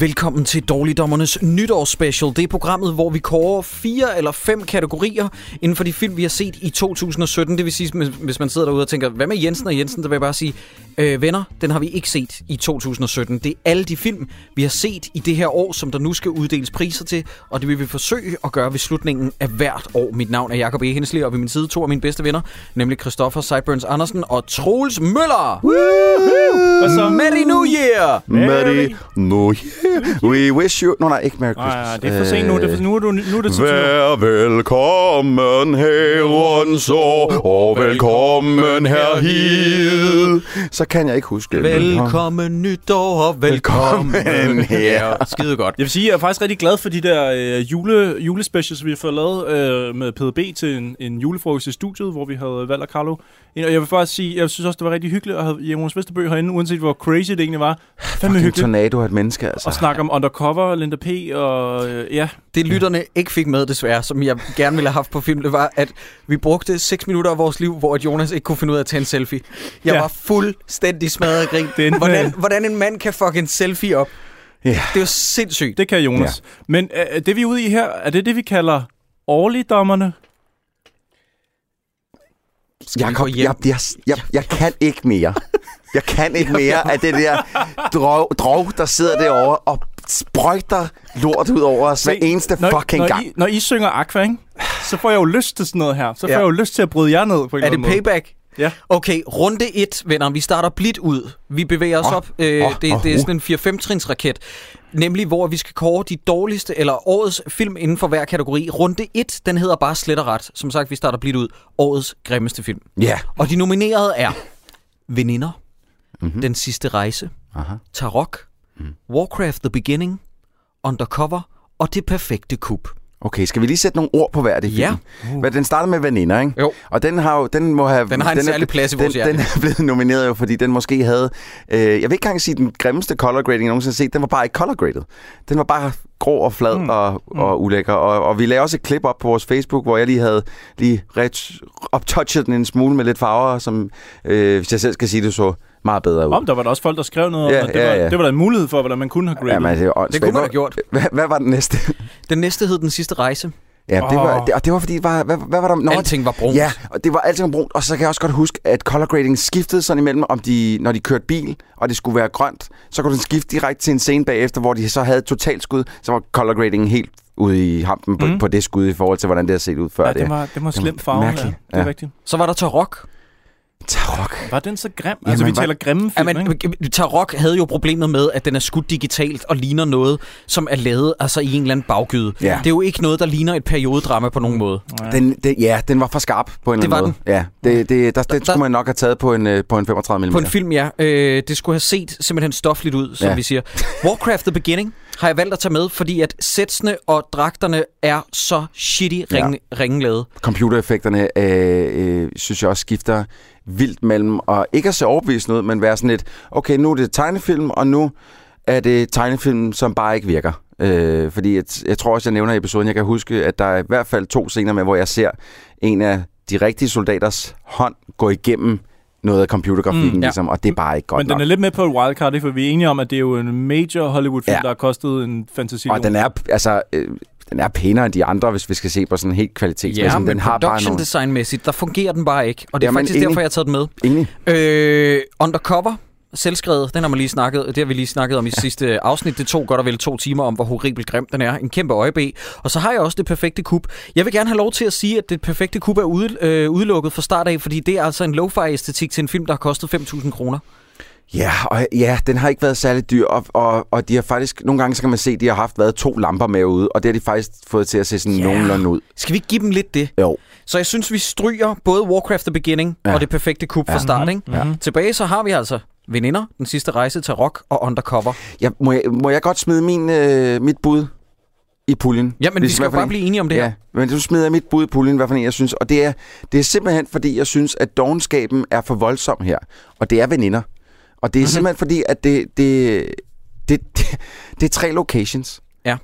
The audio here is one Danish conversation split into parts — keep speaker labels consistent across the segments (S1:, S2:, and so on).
S1: Velkommen til Dårligdommernes nytårsspecial. Det er programmet, hvor vi kårer fire eller fem kategorier inden for de film, vi har set i 2017. Det vil sige, hvis man sidder derude og tænker, hvad med Jensen og Jensen? Der vil jeg bare sige, øh, venner, den har vi ikke set i 2017. Det er alle de film, vi har set i det her år, som der nu skal uddeles priser til, og det vil vi forsøge at gøre ved slutningen af hvert år. Mit navn er Jakob E. Hensley, og ved min side to af mine bedste venner, nemlig Christoffer Sideburns Andersen og Troels Møller.
S2: Hvad så?
S1: Merry New Year!
S2: Merry
S3: Merry New Year. We wish you... Nå nej, ikke Merry
S2: Nej,
S3: Christmas. Øh,
S2: nej, det er for sent nu. Det er for, nu er, du, nu er det til tur.
S3: Vær velkommen herrens år, og velkommen herhid. Så kan jeg ikke huske det.
S1: Velkommen nytår, og velkommen
S3: Velkommen
S1: her.
S3: her.
S1: Skide godt.
S2: Jeg vil sige, jeg er faktisk rigtig glad for de der øh, jule, julespecials, vi har fået lavet øh, med PDB til en, en julefrokost i studiet, hvor vi havde Valder Carlo. ind. Og jeg vil faktisk sige, jeg synes også, det var rigtig hyggeligt at have Jonas Vesterbø herinde, uanset hvor crazy det egentlig var. Fandme
S3: En
S2: hyggeligt
S3: tornado af et menneske, altså.
S2: at snakke om Undercover, Linda P. og øh, ja,
S1: Det lytterne ikke fik med desværre, som jeg gerne ville have haft på film, det var, at vi brugte 6 minutter af vores liv, hvor at Jonas ikke kunne finde ud af at tage en selfie. Jeg ja.
S2: Ja.
S1: var fuldstændig smadret af grin.
S2: Det øh, endte
S1: hvordan,
S2: med-
S1: hvordan en mand kan fucking selfie op.
S3: Ja.
S1: Det er jo sindssygt.
S2: det kan Jonas. Ja. Men øh, det vi er ude i her, er det det, vi kalder årligdommerne?
S1: Skal vi
S3: Jakob,
S1: gå hjem?
S3: jeg, jeg, jeg, jeg kan ikke mere. Jeg kan ikke mere af det der drog, drog der sidder derovre og sprøjter lort ud over os hver eneste
S2: når,
S3: fucking
S2: når
S3: gang.
S2: I, når I synger Aqua, ikke? så får jeg jo lyst til sådan noget her. Så får
S1: Ja.
S2: jeg jo lyst til at bryde jer ned på en
S1: Er
S2: eller
S1: det
S2: anden måde.
S1: payback?
S2: Ja.
S1: Okay, runde 1, venner. Vi starter blidt ud. Vi bevæger os
S3: Åh,
S1: op. Øh,
S3: åh,
S1: det,
S3: åh,
S1: det er
S3: uh.
S1: sådan en 4-5-trins raket. Nemlig, hvor vi skal kåre de dårligste eller årets film inden for hver kategori. Runde 1, den hedder bare slet og ret. Som sagt, vi starter blidt ud. Årets grimmeste film.
S3: Ja.
S1: Og de nominerede er Veninder, mm-hmm. Den sidste rejse,
S3: Mhm. Aha. Mhm.
S1: Tarok, mm. Warcraft The Beginning, Undercover og Det perfekte kub.
S3: Okay, skal vi lige sætte nogle ord på hver af de
S1: Ja.
S3: film? Uh. Den starter med Vaninder, ikke?
S1: Jo.
S3: Og den har jo, den må have...
S1: Den har en
S3: er
S1: særlig
S3: ble-
S1: plads i
S3: den,
S1: vores hjerte.
S3: den er blevet nomineret jo, fordi den måske havde... Øh, jeg vil ikke engang sige den grimmeste color grading, jeg nogensinde har set. Den var bare ikke color graded. Den var bare grå og flad mm. og, og ulækker. Og, og vi lagde også et klip op på vores Facebook, hvor jeg lige havde lige ret optouchet den en smule med lidt farver, som, øh, hvis jeg selv skal sige det, så meget bedre ud.
S2: Om der var der også folk, der skrev noget
S3: Ja,
S2: om, at det,
S3: ja,
S2: var,
S3: ja.
S2: det var der en mulighed for, hvordan man kunne have gradet.
S3: Jamen, det, er
S1: Det kunne man have gjort.
S3: Hvad, hvad var den næste?
S1: Den næste hed Den sidste rejse.
S3: Ja, det var,
S2: Åh.
S3: det, og det var fordi, var, hvad, hvad var der? Nå,
S1: Alting var brunt.
S3: Ja, og det var alting brunt. Og så kan jeg også godt huske, at color grading skiftede sådan imellem, om de, når de kørte bil, og det skulle være grønt, så kunne den skifte direkte til en scene bagefter, hvor de så havde et totalskud, så var color grading helt ude i hampen på, mm. på det skud i forhold til, hvordan det har set ud før.
S2: ja, det var, det var slemt farve. Ja.
S3: mærkeligt.
S2: Det er
S3: Ja.
S2: rigtigt.
S1: Så var der Tarok.
S3: Tarok.
S2: Var den så grim? Altså, vi
S3: var-
S2: taler grimme
S1: Ja,
S2: film, ikke?
S1: men Tarok havde jo problemet med, at den er skudt digitalt og ligner noget, som er lavet altså, i en eller anden baggyde.
S3: Ja. Mm.
S1: Det er jo ikke noget, der ligner et periodedrama på nogen måde.
S3: Den, den, ja, den var for skarp på en
S1: Det
S3: eller anden måde. Ja, det, det, der, den
S1: der-
S3: skulle man nok have taget på en, øh, på en 35 mm.
S1: På en film, ja. Øh, det skulle have set simpelthen stofligt ud, som ja.
S3: Ja.
S1: vi siger. Warcraft The Beginning har jeg valgt at tage med, fordi at sætsene og dragterne er så shitty ring, ja. ringlade.
S3: computereffekterne, øh, øh, synes jeg også skifter vildt mellem, og ikke at se overbevisende ud, men være sådan lidt, okay, nu er det tegnefilm, og nu er det tegnefilm, som bare ikke virker. Øh, fordi jeg, jeg tror også, jeg nævner i episoden, jeg kan huske, at der er i hvert fald to scener med, hvor jeg ser en af de rigtige soldaters hånd gå igennem noget af computergrafikken,
S1: Mm,
S3: mm,
S1: ja.
S3: ja. ligesom, og det er bare ikke godt
S2: Men den er
S3: nok.
S2: lidt med på et wildcard, ikke? for vi er enige om, at det er jo en major Hollywood-film,
S3: Ja.
S2: der har kostet en fantasi.
S3: Og den er, altså, øh, den er pænere end de andre, hvis vi skal se på sådan helt kvalitetsmæssigt.
S1: Ja,
S3: den
S1: men
S3: har bare
S1: production
S3: nogle...
S1: design-mæssigt, der fungerer den bare ikke. Og det er
S3: Jamen,
S1: faktisk
S3: enig.
S1: derfor, jeg har taget den med.
S3: Enig?
S1: Øh, undercover, selvskrevet, den har, man lige snakket, det har vi lige snakket om i sidste afsnit. Det tog godt og vel to timer om, hvor horribelt grim den er. En kæmpe øjebæ. Og så har jeg også det perfekte kub. Jeg vil gerne have lov til at sige, at det perfekte kub er ude, øh, udelukket fra start af, fordi det er altså en lo-fi-æstetik til en film, der har kostet 5.000 kroner.
S3: Ja, og ja, den har ikke været særlig dyr, og, og, og de har faktisk, nogle gange så kan man se, at de har haft været to lamper med ude, og det har de faktisk fået til at se sådan
S1: Ja.
S3: yeah. nogenlunde ud.
S1: Skal vi ikke give dem lidt det?
S3: Jo.
S1: Så jeg synes, vi stryger både Warcraft The Beginning ja.
S3: Ja.
S1: og det perfekte kub ja. fra start. Ikke?
S2: Ja.
S1: Tilbage så har vi altså Veninder, Den sidste rejse til rock og Undercover.
S3: Jeg, må, jeg, må jeg godt smide min, øh, mit bud? i puljen.
S1: Jamen, vi
S3: Hvis-
S1: skal
S3: hvad
S1: jo
S3: for
S1: bare
S3: en-
S1: blive enige om det her.
S3: Ja, men du smider jeg mit bud i puljen, hvad for en jeg synes. Og det er, det er simpelthen, fordi jeg synes, at dogenskaben er for voldsom her. Og det er veninder. Og
S1: Mhm.
S3: det er mm-hmm. simpelthen fordi, at det, det, det, det, det er tre locations.
S1: Ja.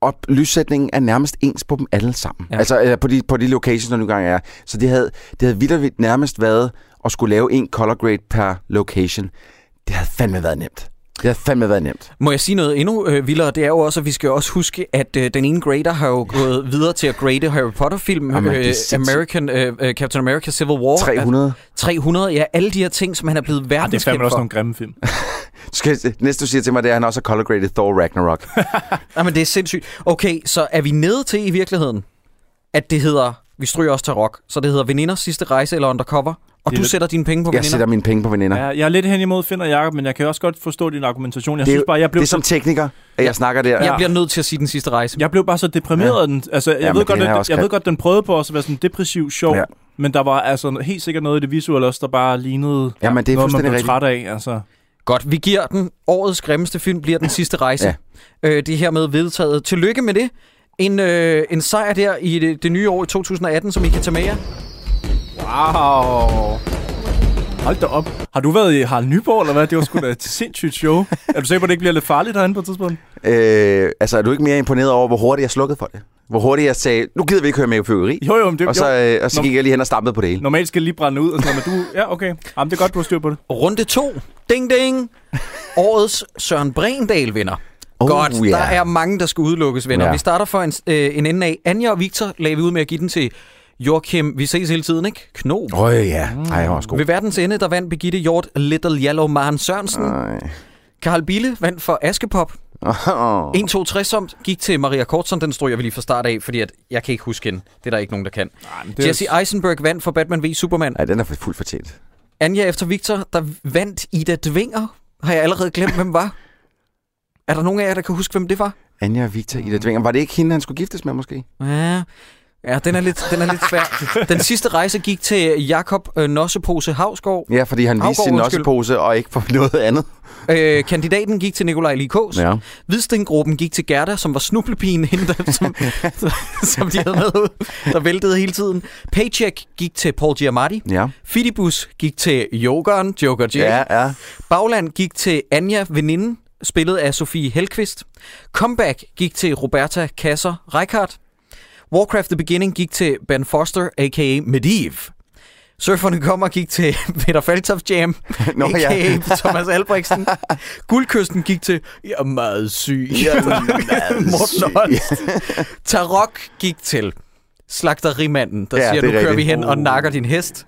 S3: Og lyssætningen er nærmest ens på dem alle sammen.
S1: Ja.
S3: Ja. Altså øh, på de, på de locations, der nu engang er. Så det havde, det havde vitterligt nærmest været at skulle lave en color grade per location. Det havde fandme været nemt. Det havde fandme været nemt.
S1: Må jeg sige noget endnu øh, vildere? Det er jo også, at vi skal jo også huske, at øh, den ene grader har jo gået videre til at grade Harry Potter-film, øh,
S3: Jamen, det er sindssygt.
S1: American, øh, øh, Captain America Civil War.
S3: 300.
S1: 300, ja. Alle de her ting, som han er blevet
S2: Ah, det er
S1: verdenskendt
S2: fandme også
S1: for.
S2: nogle grimme film.
S3: Skal, næste, du siger til mig, det er, at han også har color graded Thor Ragnarok.
S1: Jamen, det er sindssygt. Okay, så er vi nede til i virkeligheden, at det hedder, vi stryger også til rock, så det hedder Veninders sidste rejse eller Undercover, og
S2: Det er
S1: du
S2: lidt-
S1: sætter dine penge på
S3: Jeg
S1: Veninder.
S3: sætter mine penge på veninder.
S2: Ja, jeg er lidt hen imod Finn og Jacob, men jeg kan også godt forstå din argumentation. Jeg
S3: Det er
S2: synes
S3: jo-
S2: bare, jeg
S3: Det
S2: blev
S3: er som tekniker, at jeg snakker der.
S1: Jeg bliver nødt til at sige den sidste rejse.
S2: Jeg blev bare så deprimeret af den. Altså, jeg,
S3: Ja, men
S2: ved godt,
S3: den er
S2: at,
S3: også
S2: jeg ved
S3: grim.
S2: godt, den prøvede på os at være sådan depressiv sjov,
S3: Ja.
S2: ja. men der var altså helt sikkert noget i det visuelle også, der bare lignede
S3: Ja, men det er
S2: noget, man
S3: fuldstændig
S2: blev
S3: rigtigt.
S2: træt af. Altså.
S1: Godt, vi giver den. Årets grimmeste film bliver den sidste rejse.
S3: Ja.
S1: ja. øh, det er hermed vedtaget. Tillykke med det. En, øh, en sejr der i det, det nye år i 2018, som I kan tage med jer.
S2: Wow. Hold da op. Har du været i Harald Nyborg, eller hvad? Det var sgu da et sindssygt show. Er du sikker på, at det ikke bliver lidt farligt herinde på et tidspunkt?
S3: Øh, altså, er du ikke mere imponeret over, hvor hurtigt jeg slukkede for det? Hvor hurtigt jeg sagde, nu gider vi ikke høre mere fyrværkeri.
S2: Jo, jo, men det,
S3: Og så,
S2: jo.
S3: øh, og så
S2: Nå.
S3: gik jeg lige hen og stampede på det hele.
S2: Normalt skal jeg lige brænde ud, og sådan noget, men du... Ja, okay. Jamen, det er godt, du har styr på det.
S1: Runde 2. Ding, ding. Årets Søren Brendal vinder.
S3: Oh,
S1: Godt,
S3: ja.
S1: der er mange, der skal udelukkes, venner.
S3: Ja.
S1: Vi starter for en, øh, en ende af. Anja og Victor lagde vi ud med at give den til Joachim. Vi ses hele tiden, ikke? Knob.
S3: Åh, oh, ja. Ej, jeg var også god.
S1: Ved verdens ende, der vandt Birgitte Hjort Little Yellow Maren Sørensen.
S3: Ej.
S1: Karl Bille vandt for Askepop.
S3: Åh.
S1: 1, 2, 3 somt gik til Maria Kortson. Den stod jeg lige fra start af, fordi at jeg kan ikke huske hende. Det er der ikke nogen, der kan.
S2: men
S1: Det Jesse Eisenberg vandt for Batman v Superman.
S3: Ej, den er fuldt fortjent.
S1: Anja efter Victor, der vandt Ida Dvinger. Har jeg allerede glemt, hvem var? Er der nogen af jer, der kan huske, hvem det var?
S3: Anja og Victor, Ida Dvinger. Var det ikke hende, han skulle giftes med, måske?
S1: Ja, ja den, er lidt, den er lidt svær. Den sidste rejse gik til Jakob øh, Nossepose Havsgaard.
S3: Ja, fordi han viste
S1: Haugaard,
S3: sin
S1: undskyld.
S3: nossepose og ikke for noget andet.
S1: Øh, kandidaten gik til Nikolaj Likås. Ja. Hvidstengruppen gik til Gerda, som var snublepigen, hende, der, som, som de havde med ud, der væltede hele tiden. Paycheck gik til Paul Giamatti.
S3: Ja.
S1: Fidibus gik til Jokeren, Joker J.
S3: Ja,
S1: Ja.
S3: ja.
S1: Bagland gik til Anja Veninden, spillet af Sofie Helqvist. Comeback gik til Roberta Kasser Reichardt. Warcraft The Beginning gik til Ben Foster, a.k.a. Medivh. Surferne kommer gik til Peter Faltoff Jam,
S3: Nå,
S1: Nå,
S3: ja.
S1: a.k.a. Ja. Thomas Albrechtsen. Guldkysten gik til Jeg er meget syg.
S3: Jeg er meget syg.
S1: Morten Holst. Tarok gik til Slagterimanden, der
S3: Ja,
S1: ja, siger,
S3: det
S1: nu
S3: er
S1: kører vi
S3: rigtigt. Uh.
S1: hen og nakker din hest.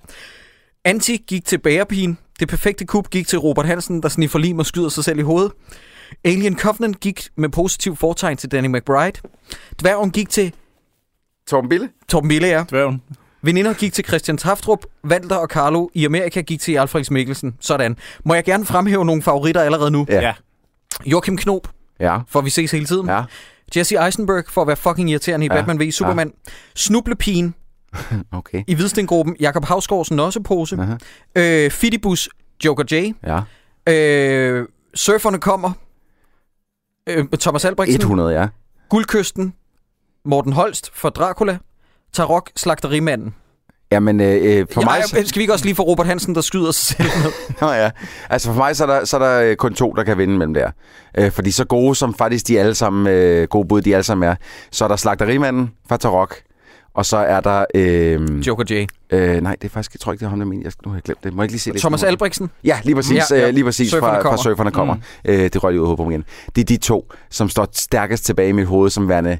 S1: Anti gik til Bærepigen. Det perfekte kub gik til Robert Hansen, der sniffer lim og skyder sig selv i hovedet. Alien Covenant gik med positiv fortegn til Danny McBride. Dværgen gik til
S3: Torben Bille?
S1: Torben Villager.
S2: Dværgen.
S3: Altså,
S1: Veninder gik til Christian Taftrup, Walter og Carlo. I Amerika gik til Alfreds Mikkelsen. Sådan. Må jeg gerne fremhæve nogle favoritter allerede nu?
S3: Ja.
S2: Ja.
S1: Joachim Knob,
S3: Ja.
S1: for vi ses hele tiden.
S3: Ja.
S1: Jesse Eisenberg, for at være fucking irriterende i
S3: Ja.
S1: Batman v Superman. Snublepigen
S3: Okay.
S1: i Hvidstengruppen. Jakob Havsgaardsen også pose. Øh, Fidibus, Joker J.
S3: Ja.
S1: Øh, Surferne kommer. Øh, Thomas Albrechtsen.
S3: 100, ja.
S1: Guldkysten. Morten Holst for Dracula. Tarok, Slagterimanden.
S3: Jamen, øh, øh, for mig... så-
S1: Ej, skal vi ikke også lige få Robert Hansen, der skyder sig selv?
S3: Nå ja, altså for mig så er der, så er der øh, kun to, der kan vinde mellem der. Øh, fordi så gode som faktisk de alle sammen, øh, gode bud de alle sammen er, så er der Slagterimanden fra Tarok, og så er der... Øh,
S1: Joker J.
S3: øh, nej, det er faktisk, jeg tror ikke, det er ham, der mener. Jeg, nu har jeg glemt det. Må jeg ikke lige se det?
S1: Thomas Albrechtsen.
S3: Ja, lige præcis,
S1: Ja,
S3: ja, ja.
S1: ja.
S3: Øh, lige præcis
S1: Surferne
S3: fra, fra
S1: kommer.
S3: surferne kommer. Mm. Øh, det røg lige ud af hovedet på mig igen. Det er de to, som står stærkest tilbage i mit hoved, som værende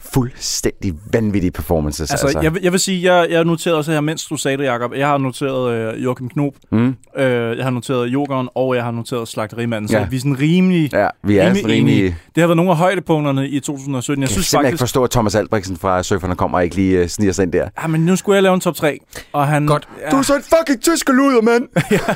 S3: fuldstændig vanvittige performances.
S2: Altså, altså. Jeg, vil- jeg vil sige, jeg, jeg noterede også her, mens du sagde det, Jacob. Jeg har noteret øh, Joachim Knob,
S3: mm,
S2: øh, jeg har noteret Jokeren, og jeg har noteret Slagterimanden. Så
S3: Ja.
S2: ja. vi er sådan rimelig...
S3: ja, vi er altså
S2: rimelig
S3: rimelig...
S2: enige. Det har været nogle af højdepunkterne i 2017. Jeg
S3: Jeg kan
S2: synes
S3: simpelthen ikke
S2: faktisk...
S3: forstå, at Thomas Albrechtsen fra Surferne kommer og ikke lige øh, sniger sig ind der.
S2: Ah, men nu skulle jeg lave en top 3, og han...
S1: Godt.
S2: Ja,
S3: Du er så en fucking tysker luder, mand!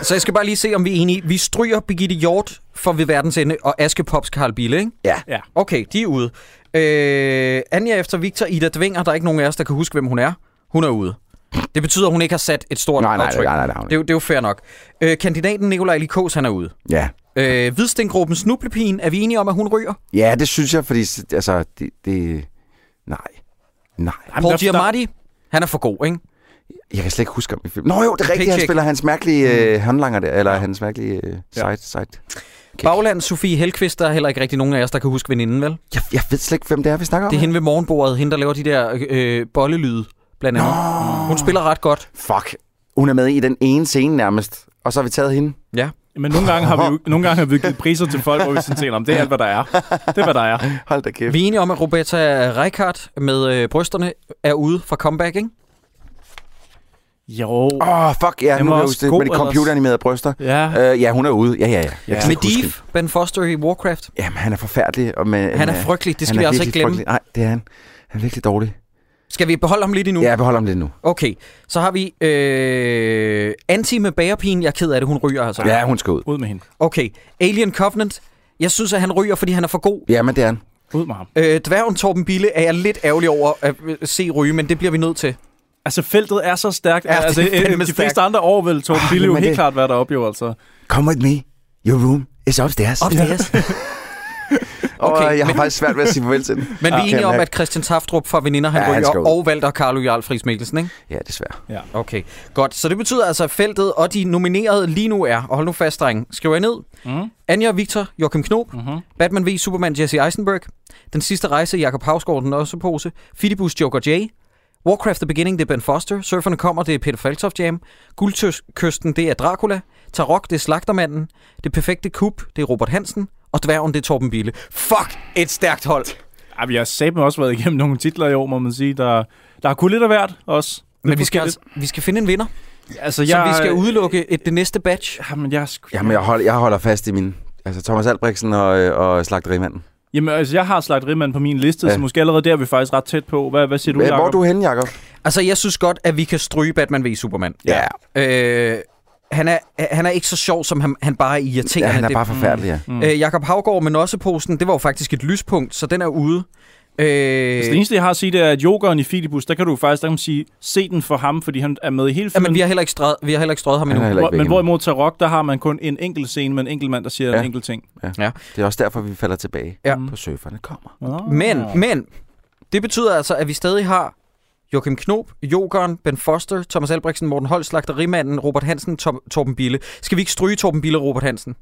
S1: Så jeg skal bare lige se, om vi er enige. Vi stryger Birgitte Hjort for ved verdens ende, og Aske Pops Karl Bille, ikke?
S3: Ja.
S2: Ja.
S1: Okay, de er ude. Øh, Anja efter Victor, Ida Dvinger, der er ikke nogen af os, der kan huske, hvem hun er. Hun er ude. Det betyder, at hun ikke har sat et stort
S3: Nej, nej, nej,
S1: aftryk.
S3: nej, nej, nej.
S1: Det, er jo- det er jo fair nok. Øh, kandidaten Nikolaj Likos, han er ude.
S3: Ja.
S1: Øh, Hvidstengruppen Snublepin, er vi enige om, at hun ryger?
S3: ja, det synes jeg, fordi s- altså, det, det nej. Nej.
S1: Jamen, Paul
S2: der-
S1: Giamatti, han er for god, ikke?
S3: Jeg kan slet ikke huske om i film. Nå jo, det er rigtigt, han
S1: Paycheck.
S3: spiller hans mærkelige
S1: Mm.
S3: øh, håndlanger der, eller hans mærkelige øh, side, side.
S1: Okay. Bagland Sofie Helqvist, der er heller ikke rigtig nogen af os, der kan huske veninden, vel?
S3: Jeg, jeg ved slet ikke, hvem det er, vi snakker om.
S1: Det er hende ved morgenbordet, hende der laver de der øh, bollelyde, blandt andet. Nå. Hun spiller ret godt.
S3: Fuck. Hun er med i den ene scene nærmest, og så har vi taget hende.
S1: Ja.
S2: Men nogle gange har vi, jo- nogle gange har vi givet priser til folk, hvor vi sådan tænker, "Nå, men det er alt, hvad der er. Det er, hvad der er.
S3: Hold da kæft.
S1: Vi er enige om, at Roberta Reichardt med øh, brysterne er ude fra comeback, ikke?
S2: Jo.
S3: Åh, oh, fuck, ja,
S2: Den
S3: nu kan
S2: var
S3: jeg
S2: også
S3: huske det. Med
S2: god
S3: de
S2: ellers.
S3: computeranimerede bryster.
S2: Ja.
S3: Øh, ja, hun er ude. Ja, ja, ja. Jeg
S2: Ja.
S3: kan slet ikke huske
S1: Medivh, Ben Foster i Warcraft.
S3: hende. Jamen, han er forfærdelig. Og med,
S1: Han er frygtelig, det skal vi altså ikke glemme.
S3: Nej, det er han. Han er virkelig dårlig.
S1: Skal vi beholde ham lidt endnu?
S3: Ja, jeg beholder ham lidt nu.
S1: Okay, så har vi øh, Anti med bagerpigen. Jeg er ked af det, hun ryger altså.
S3: Ja, hun skal ud.
S2: Ud med hende.
S1: Okay, Alien Covenant. Jeg synes, at han ryger, fordi han er for god.
S3: Ja, men det er han.
S2: Ud med ham.
S1: Øh, dværgen Torben Bille er jeg lidt ærgerlig over at øh, se ryge, men det bliver vi nødt til.
S2: Altså, feltet er så stærkt.
S1: Ja, det er
S2: altså,
S1: fandme
S2: de
S1: stærkt.
S2: fleste andre år vil Torben
S3: Ah,
S2: Bille jo
S3: jamen,
S2: helt
S3: det-
S2: klart være deroppe, jo altså.
S3: Come with me. Your room is upstairs.
S1: Opdages.
S3: Okay,
S1: Okay,
S3: og øh, jeg har
S1: men-
S3: faktisk svært ved at sige farvel til den.
S1: Men vi er
S3: Ah.
S1: enige om,
S3: Jamen,
S1: at Christian Taftrup fra Veninder, han
S3: Ja,
S1: ja,
S3: han
S1: ryger,
S3: skal ud.
S1: og Valter Carlo Jarl Friis Mikkelsen, ikke?
S3: Ja, desværre.
S1: Okay, godt. Så det betyder altså, at feltet og de nominerede lige nu er, og hold nu fast, dreng, skriver jeg ned,
S2: Mm.
S1: Anja, Victor, Joachim Knob,
S2: Mhm.
S1: Batman v. Superman, Jesse Eisenberg, Den sidste rejse, Jakob Havsgaard, den også pose, Fidibus, Joker J, Warcraft The Beginning, det er Ben Foster, Surferne kommer, det er Peter Faltoft Jam, Guldkysten, det er Dracula, Tarok, det er Slagtermanden, Det Perfekte Kub, det er Robert Hansen, og Dværgen, det er Torben Bille. Fuck, et stærkt hold.
S2: Ej, vi har satme også været igennem nogle titler i år, må man sige. Der, der har kun lidt af hvert også.
S1: Men
S2: Lidt
S1: vi skal,
S2: forskelligt.
S1: altså, vi skal finde en vinder,
S2: altså,
S1: så vi skal
S2: ud...
S1: udelukke et, det næste batch.
S2: Jamen, jeg, er sgu-
S3: Jamen, jeg holder, jeg holder fast i min... Altså, Thomas Albrechtsen og, øh, og slagterimanden.
S2: Jamen, altså, jeg har slagterimanden på min liste,
S3: Ja.
S2: ja. så måske allerede der er vi faktisk ret tæt på. Hvad, hvad siger du,
S3: Hvor er
S2: Jacob?
S3: du henne, Jacob?
S1: Altså, jeg synes godt, at vi kan stryge Batman v. Superman.
S3: Ja,
S1: Øh, han, er, han er ikke så sjov, som han, han bare er irriterende.
S3: ja han er
S1: Det-
S3: bare forfærdelig, ja.
S1: Øh, Jakob Havgård med Nosseposen, det var jo faktisk et lyspunkt, så den er ude. Øh,
S2: Altså, det eneste, jeg har at sige, det er, at yogeren i Filibus, der kan du faktisk der kan man sige, se den for ham, fordi han er med i hele
S1: ja,
S2: filmen.
S1: men vi har heller ikke, strøget, vi har heller ikke strøget ham
S3: Han
S1: endnu.
S3: er heller
S2: Hvor,
S3: ikke væk
S2: men
S3: endnu.
S2: hvorimod Tarok, der har man kun en enkelt scene med en enkelt mand, der siger
S3: Ja.
S2: en enkelt ting.
S3: Det er også derfor, vi falder tilbage
S1: Ja.
S3: ja. på surferne kommer.
S2: Oh.
S1: Men, men, det betyder altså, at vi stadig har Joachim Knob, Jokeren, Ben Foster, Thomas Albrechtsen, Morten Holt, Slagterimanden, Robert Hansen, Tom, Torben Bille. Skal vi ikke stryge Torben Bille og Robert Hansen?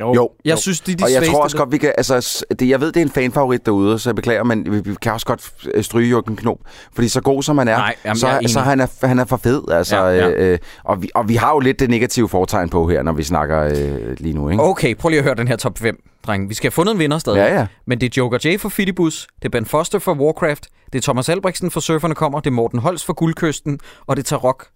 S2: Jo.
S3: Jo,
S1: Jeg synes, de er de
S3: og jeg
S1: svageste.
S3: tror også godt, vi kan... Altså, s- det, jeg ved, det er en fanfavorit derude, så jeg beklager, men vi, vi kan også godt øh, stryge Jørgen Knob. Fordi så god som han er,
S1: Nej, jamen,
S3: så,
S1: jeg er enig.
S3: så han, er, han er for fed. Altså,
S1: Ja,
S3: ja,
S1: ja.
S3: ja. Øh, og, vi, og vi har jo lidt det negative foretegn på her, når vi snakker øh, lige nu, ikke?
S1: Okay, prøv lige at høre den her top 5, drenge. Vi skal have fundet en vinder stadig.
S3: Ja, ja.
S1: Men det er Joker J for Fidibus, det er Ben Foster for Warcraft, det er Thomas Albrechtsen for Surferne Kommer, det er Morten Holst for Guldkysten, og det er Tarok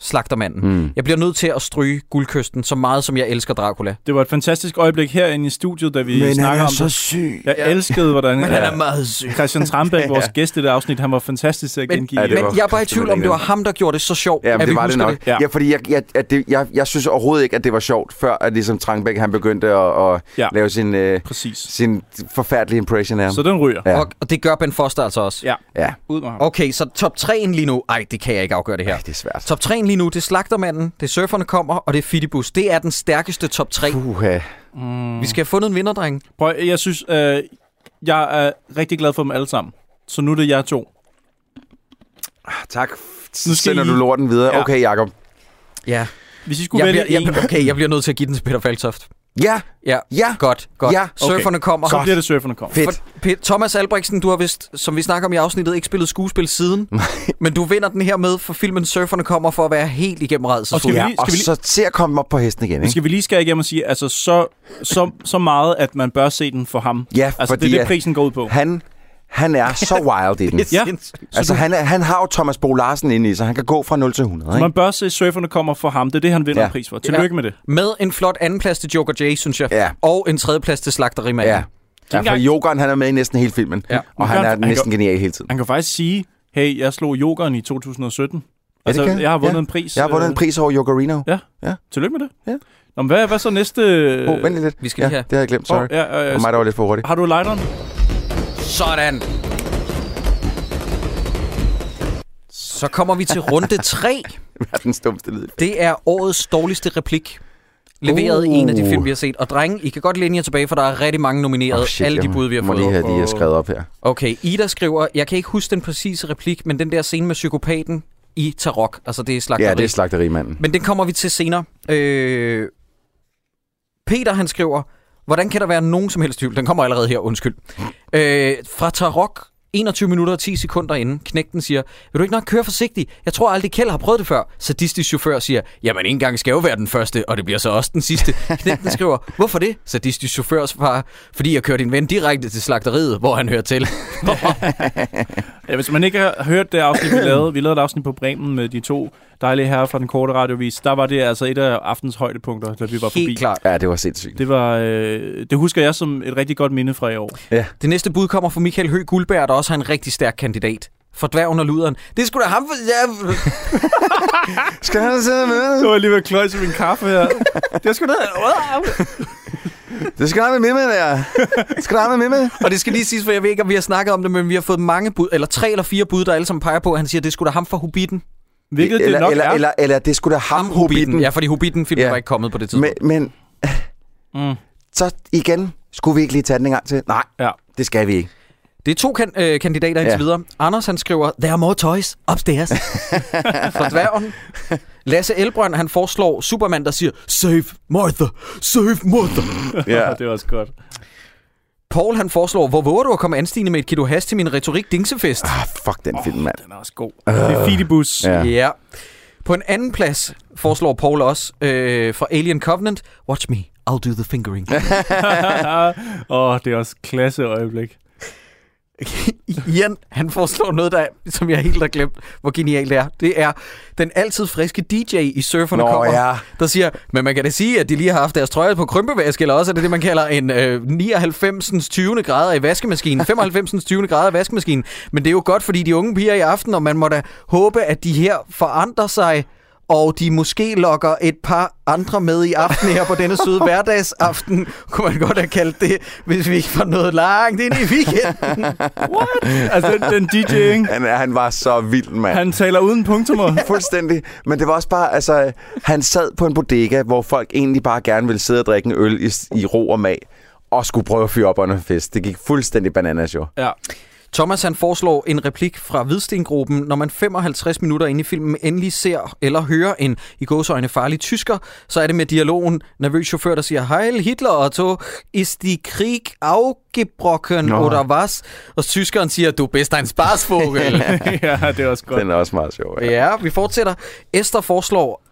S1: Slagtermanden.
S3: Mm.
S1: Jeg bliver nødt til at stryge Guldkysten, så meget som jeg elsker Dracula.
S2: Det var et fantastisk øjeblik herinde i studiet, da vi snakkede om det.
S3: syg.
S2: Jeg elskede, hvordan ja.
S1: meget syg.
S2: Christian Trambæk, vores gæst i det afsnit, han var fantastisk til at
S1: Men,
S2: gengive.
S1: ja,
S3: Ja, det
S1: men
S3: var-
S1: jeg er bare i
S3: det
S1: tvivl
S3: var
S1: om, det var
S3: lækkert.
S1: ham, der gjorde det så sjovt,
S3: Ja,
S1: at vi
S3: det var det
S1: husker
S3: nok.
S1: det.
S3: Det.
S2: Ja.
S3: Ja. ja, fordi jeg, jeg, at det, jeg, jeg synes overhovedet ikke, at det var sjovt, før at ligesom Trangbæk, han begyndte at, at
S2: Ja.
S3: ja. lave sin, øh,
S2: Præcis.
S3: sin forfærdelige impression af ham.
S2: Så den ryger.
S3: Ja.
S1: Og, og det gør Ben Foster altså også.
S2: Ja.
S3: Ja,
S2: Ud med ham.
S1: Okay, så top 3'en lige nu. Ej, det kan jeg ikke afgøre det her.
S3: Ej, det er svært.
S1: Top 3'en lige nu, det er Slagtermanden, det er Surferne Kommer, og det er Fidibus. Det er den stærkeste top 3.
S3: Puha.
S1: Vi skal have fundet en vinder, drenge.
S2: Prøv, jeg synes, øh, jeg er rigtig glad for dem alle sammen. Så nu er det jer to.
S3: Tak.
S2: Nu
S3: Nu
S2: skal
S3: sender
S2: I-
S3: du lorten videre.
S2: Ja.
S3: Ja. Okay, Jacob.
S1: Ja.
S2: Hvis I skulle
S1: Jeg
S2: vælge
S1: bliver,
S2: en,
S1: jeg, okay, jeg bliver nødt til at give den til Peter Faltoft.
S3: Ja,
S1: Ja,
S3: ja.
S1: godt, godt.
S3: Ja,
S1: okay. Surferne kommer.
S2: så bliver det surferne kom.
S3: Fedt.
S1: For, Pe- Thomas Albrechtsen, du har vist, som vi snakker om i afsnittet, ikke spillet skuespil siden. men du vinder den her med, for filmen Surferne kommer for at være helt igennem
S2: Og skal
S1: redselsfuld.
S2: vi
S1: Ja.
S3: Ja,
S2: lige-
S3: og
S2: vi lige-
S3: så til at komme op på hesten igen, ikke?
S2: Skal vi lige skære igennem og sige, altså så, så, så meget, at man bør se den for ham.
S3: Ja,
S2: altså,
S3: fordi
S2: det er det,
S3: at-
S2: prisen går ud på.
S3: Han, han er så wild i den.
S2: Ja.
S3: Altså, han, er, han har jo Thomas Bo Larsen inde i sig. Han kan gå fra 0 til 100, ikke?
S2: Man bør se, at surferne kommer for ham. Det er det, han vinder ja.
S3: Ja.
S2: en pris for. Tillykke
S1: Ja.
S2: med det.
S1: Med en flot andenplads til Joker J, synes jeg.
S3: Ja.
S1: Og en tredjeplads til Slagterimand.
S3: Ja. Ja, for
S2: engang-
S3: Jokeren, han er med i næsten hele filmen.
S1: Ja.
S3: Ja. Og han er
S2: Han gør-
S3: næsten genial hele tiden.
S2: Han kan faktisk sige, hey, jeg slog jokeren i 2017.
S3: Ja, det
S2: Altså,
S3: kan han.
S2: jeg har vundet
S3: Ja.
S2: en pris.
S3: Jeg har vundet
S2: øh,
S3: en pris over Jokerino.
S2: Ja. ja.
S3: Ja.
S2: Tillykke med det.
S3: Ja.
S2: Nå, men hvad, hvad så næste... Øh...
S3: Åh, oh, vent lige lidt.
S1: vi skal
S3: ja,
S1: lige have-
S3: Det har jeg glemt, sorry.
S2: Åh, ja, øh,
S3: Og mig, der var lidt for hurtigt.
S2: Har du lighteren?
S1: Sådan. Så kommer vi til runde 3.
S3: Verdens dummeste lyd.
S1: Det er årets dårligste replik. Leveret i en af de
S3: Uh.
S1: film, vi har set. Og drenge, I kan godt læne jer tilbage, for der er rigtig mange nomineret.
S3: Åh,
S1: Oh, shit, alle de
S3: jeg
S1: bud, vi har
S3: må lige
S1: fået.
S3: have de her
S2: Og-
S3: skrevet op her.
S1: Okay, Ida skriver, jeg kan ikke huske den præcise replik, men den der scene med psykopaten i Tarok, altså det er slagteri.
S3: Ja, det er slagterimanden.
S1: Men det kommer vi til senere. Øh... Peter, han skriver, hvordan kan der være nogen som helst tvivl? Den kommer allerede her, undskyld. Øh, fra Tarok, 21 minutter og 10 sekunder inden, knægten siger, vil du ikke nok køre forsigtigt? Jeg tror aldrig, Kjeld har prøvet det før. Sadistisk chauffør siger, jamen en gang skal jeg jo være den første, og det bliver så også den sidste. Knægten skriver, hvorfor det? Sadistisk chauffør svarer, fordi jeg kørte din ven direkte til slagteriet, hvor han hører til.
S2: Ja, hvis man ikke har hørt det afsnit, vi lavede, vi lavede et afsnit på Bremen med de to dejlige herrer fra den korte radiovis, der var det altså et af aftens højdepunkter, da vi var forbi.
S1: Helt klart.
S3: Ja, det var sindssygt.
S2: Det, var, øh, det husker jeg som et rigtig godt minde fra i år.
S1: Det næste bud kommer fra Michael Høgh Guldberg, der også har en rigtig stærk kandidat. For dværgen og luderen. Det skulle da ham for... Ja,
S3: Skal han sidde
S2: Det
S3: med?
S2: var lige ved kløjs i min kaffe her. det skulle da...
S3: Det skal han med med, der. Skal han med med?
S1: og det skal lige siges, for jeg ved ikke, om vi har snakket om det, men vi har fået mange bud, eller tre eller fire bud, der alle sammen peger på, at han siger, det skulle da ham for Hobbiten.
S2: Hvilket
S3: eller,
S2: det nok
S3: eller,
S2: er.
S3: eller, eller det skulle da ham, Hobbiten.
S1: Ja, fordi Hobbiten film
S3: Ja.
S1: ja. var ikke kommet på det
S3: Men,
S1: tidspunkt.
S3: men
S2: Mm.
S3: så igen, skulle vi ikke lige tage den en gang til? Nej,
S2: Ja.
S3: det skal vi ikke.
S1: Det er to kan, øh, kandidater indtil
S3: Ja.
S1: ja. videre. Anders, han skriver, there are more toys upstairs. for dværgen. Lasse Elbrønd, han foreslår Superman, der siger, save Martha, save Martha.
S2: Ja. Ah, det var også godt.
S1: Paul, han foreslår, hvor våger du at komme anstigende med et kilo hash til min retorik dingsefest?
S3: Ah, fuck den oh, film, mand.
S2: Den er også god. Uh, det er Fidibus.
S3: Øh. Ja.
S1: Ja. ja. På en anden plads foreslår Paul også øh, fra Alien Covenant, Watch me, I'll do the fingering.
S2: Åh, oh, det er også klasse øjeblik.
S1: Ian, han foreslår noget, der, som jeg helt har glemt, hvor genialt det er. Det er den altid friske DJ i Surferne
S3: Nå,
S1: kommer,
S3: ja.
S1: der siger, men man kan da sige, at de lige har haft deres trøje på krympevask, eller også er det det, man kalder en øh, 99. 20. grader i vaskemaskinen, 95. 20. grader i vaskemaskinen. Men det er jo godt, fordi de unge piger i aften, og man må da håbe, at de her forandrer sig, og de måske lokker et par andre med i aften her på denne søde hverdagsaften, kunne man godt have kaldt det, hvis vi ikke var noget langt ind i weekenden.
S2: Altså, den, den DJ, ikke?
S3: Han, er- han var så vild, mand.
S2: Han taler uden punktummer.
S3: Fuldstændig. Men det var også bare, altså, han sad på en bodega, hvor folk egentlig bare gerne ville sidde og drikke en øl i, i ro og mag, og skulle prøve at fyre op under en fest. Det gik fuldstændig bananas, jo.
S2: Ja.
S1: Thomas han foreslår en replik fra Hvidstengruppen, når man 55 minutter inde i filmen endelig ser eller hører en i gåsøjne farlig tysker, så er det med dialogen nervøs chauffør, der siger Heil Hitler, og så ist die Krieg aufgebrochen
S3: Nå.
S1: oder was? Og tyskeren siger, du bist ein Spaßvogel.
S2: ja, det er også godt.
S3: Den er også meget sjov. Ja.
S1: ja, vi fortsætter. Esther foreslår,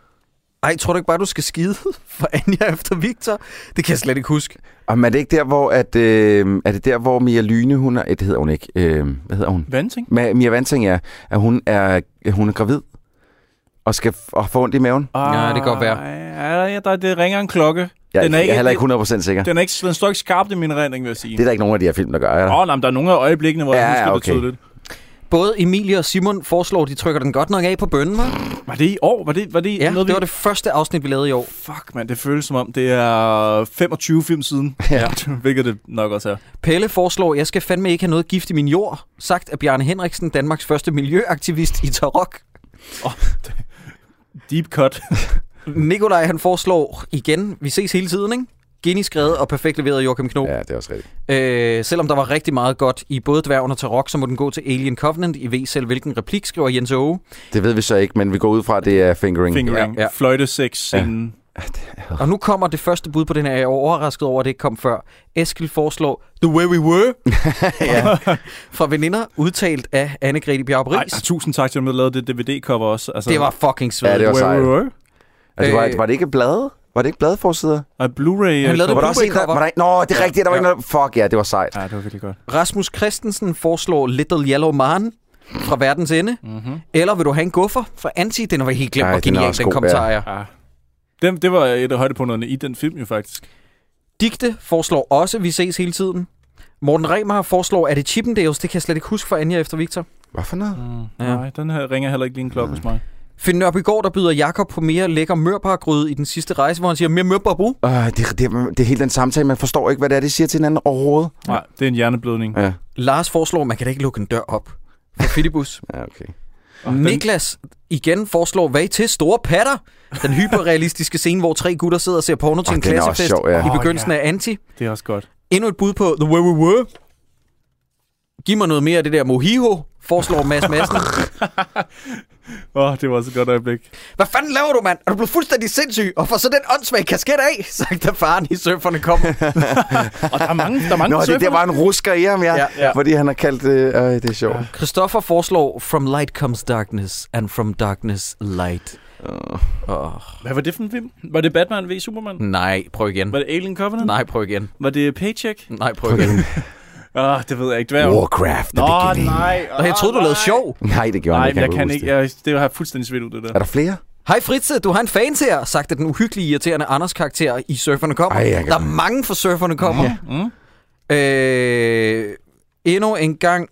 S1: ej, tror du ikke bare, du skal skide for Anja efter Victor? Det kan jeg slet ikke huske.
S3: Og men er det ikke der, hvor, at, øh, er det der, hvor Mia Lyne, hun er, eh, det hedder hun ikke, øh, hvad hedder hun?
S2: Vanting?
S3: Ma- Mia Vanting er, at hun er, hun er gravid, og skal f- og få ondt i maven.
S1: Ja, det kan godt være.
S2: Ja, ja, der, det ringer en klokke.
S3: Jeg,
S2: Den er
S3: jeg
S2: ikke-
S3: er heller ikke 100% sikker.
S2: Den, er ikke, den står ikke skarpt i min rendring, vil jeg sige.
S3: Det er der ikke nogen af de her film, der gør. Er der?
S2: Åh, oh, nej, men der er nogle af øjeblikkene, hvor
S3: Ja,
S2: ja, jeg husker
S3: ja,
S2: okay. det
S3: okay.
S2: tydeligt.
S1: Både Emilie og Simon foreslår, de trykker den godt nok af på bønnen, var?
S2: Var det i år? Var det, var det
S1: Ja,
S2: noget,
S1: det
S2: vi...
S1: var det første afsnit, vi lavede i år.
S2: Fuck, mand, det føles som om, det er 25 film siden.
S3: Ja.
S2: Hvilket det nok også er.
S1: Pelle foreslår, jeg skal fandme ikke have noget gift i min jord, sagt af Bjarne Henriksen, Danmarks første miljøaktivist i Tarok.
S2: Deep cut.
S1: Nikolaj, han foreslår igen, vi ses hele tiden, ikke? Geniskrevet og perfekt leveret af Joachim Knob.
S3: Ja, det er også rigtigt.
S1: Ja. Øh, selvom der var rigtig meget godt i både Dværgen og Tarok, så må den gå til Alien Covenant. I ved selv, hvilken replik, skriver Jens Åge.
S3: Det ved vi så ikke, men vi går ud fra, at det er fingering.
S2: Fingering.
S1: Ja,
S2: Ja,
S1: ja.
S2: ja. Fløjte 6 scenen.
S1: Og nu kommer det første bud på den her. Jeg er overrasket over, at det ikke kom før. Eskil foreslår The Way We Were. ja. Fra veninder, udtalt af Anne-Grethe Bjarup
S2: Ej, altså.
S1: Riis.
S2: tusind tak til dem, der lavede det DVD-cover også. Altså,
S1: Det var fucking
S3: Ja,
S1: svedigt.
S3: det var
S2: Where
S3: sejt.
S2: we were.
S3: Altså, var,
S1: Øh.
S3: var det ikke blade? Var det ikke bladforsider?
S2: Og Blu-ray.
S1: Han lavede
S3: Var der også en, der,
S1: Blu-ray-cover.
S3: var der, ikke- Nå, det er rigtigt, der var
S2: Ja.
S3: ikke noget... Fuck, ja, det var sejt.
S2: Ja, det var virkelig godt.
S1: Rasmus Christensen foreslår Little Yellow Man fra verdens ende.
S2: Mm-hmm.
S1: Eller vil du have en guffer fra Anti? Den var helt glemt,
S3: Ej,
S1: hvor
S3: den er
S1: genial
S3: også
S1: den,
S3: god,
S1: den kommentar er.
S2: Ja. Det, det var et af højdepunkterne i den film jo faktisk.
S1: Digte foreslår også, vi ses hele tiden. Morten Remer foreslår, er det Chippendales? Det kan jeg slet ikke huske for Anja efter Victor.
S3: Hvad for noget?
S2: Mm,
S1: Ja.
S2: ja. Nej, den her ringer heller ikke lige en klokke hos mig.
S1: Finn Nørbygaard, der byder Jakob på mere lækker mørbargryde i den sidste rejse, hvor han siger, mere mørbarbrug.
S3: Øh, det, det, det er hele den samtale, man forstår ikke, hvad det er, de siger til hinanden overhovedet.
S2: Nej, det er en hjerneblødning.
S3: Ja,
S1: Lars foreslår, man kan da ikke lukke en dør op. For Filibus.
S3: ja okay.
S1: Niklas igen foreslår, hvad I til store patter? Den hyperrealistiske scene, hvor tre gutter sidder og ser porno til
S3: Åh,
S1: en
S3: den er også
S1: klassefest
S3: sjov, ja.
S1: i
S2: Åh,
S1: begyndelsen
S2: ja.
S1: af Anti.
S2: Det er også godt.
S1: Endnu et bud på The Woo Woo Woo. Giv mig noget mere af det der mohiho, foreslår Mads Madsen.
S2: Åh, oh, det var også et godt øjeblik.
S1: Hvad fanden laver du, mand? Er du blevet fuldstændig sindssyg? Og får så den åndssvage kasket af, sagt da faren i surferne kommer.
S2: Og der er mange, der er mange
S3: Nå, det,
S2: surfere.
S3: der var en rusker i ham, ja.
S1: Ja,
S3: ja,
S1: ja.
S3: ja. Fordi han har kaldt det... Øh, det er sjovt. Ja.
S1: Christoffer foreslår, From light comes darkness, and from darkness light. Åh, oh,
S2: Hvad var det for en film? Var det Batman v Superman?
S1: nej, prøv igen.
S2: Var det Alien Covenant?
S1: Mm. Nej, prøv igen.
S2: Var det Paycheck?
S1: Nej, prøv igen.
S2: Åh, oh, det ved jeg ikke. Hvad er-
S3: Warcraft, the
S2: Nå,
S3: beginning.
S2: nej.
S1: Og jeg troede, du
S2: Åh,
S1: lavede
S2: nej.
S1: sjov.
S3: Nej, det gjorde
S2: Nej,
S3: han
S2: men jeg kan
S3: huske
S2: ikke.
S3: det.
S2: Jeg, det har jeg fuldstændig svidt ud, det der.
S3: Er der flere?
S1: Hej Fritze, du har en fan til jer, sagde den uhyggelige, irriterende Anders karakter i Surferne kommer.
S3: Ej, jeg kan-
S1: der er mange for Surferne kommer. Ja.
S2: Mm?
S1: Øh, endnu en gang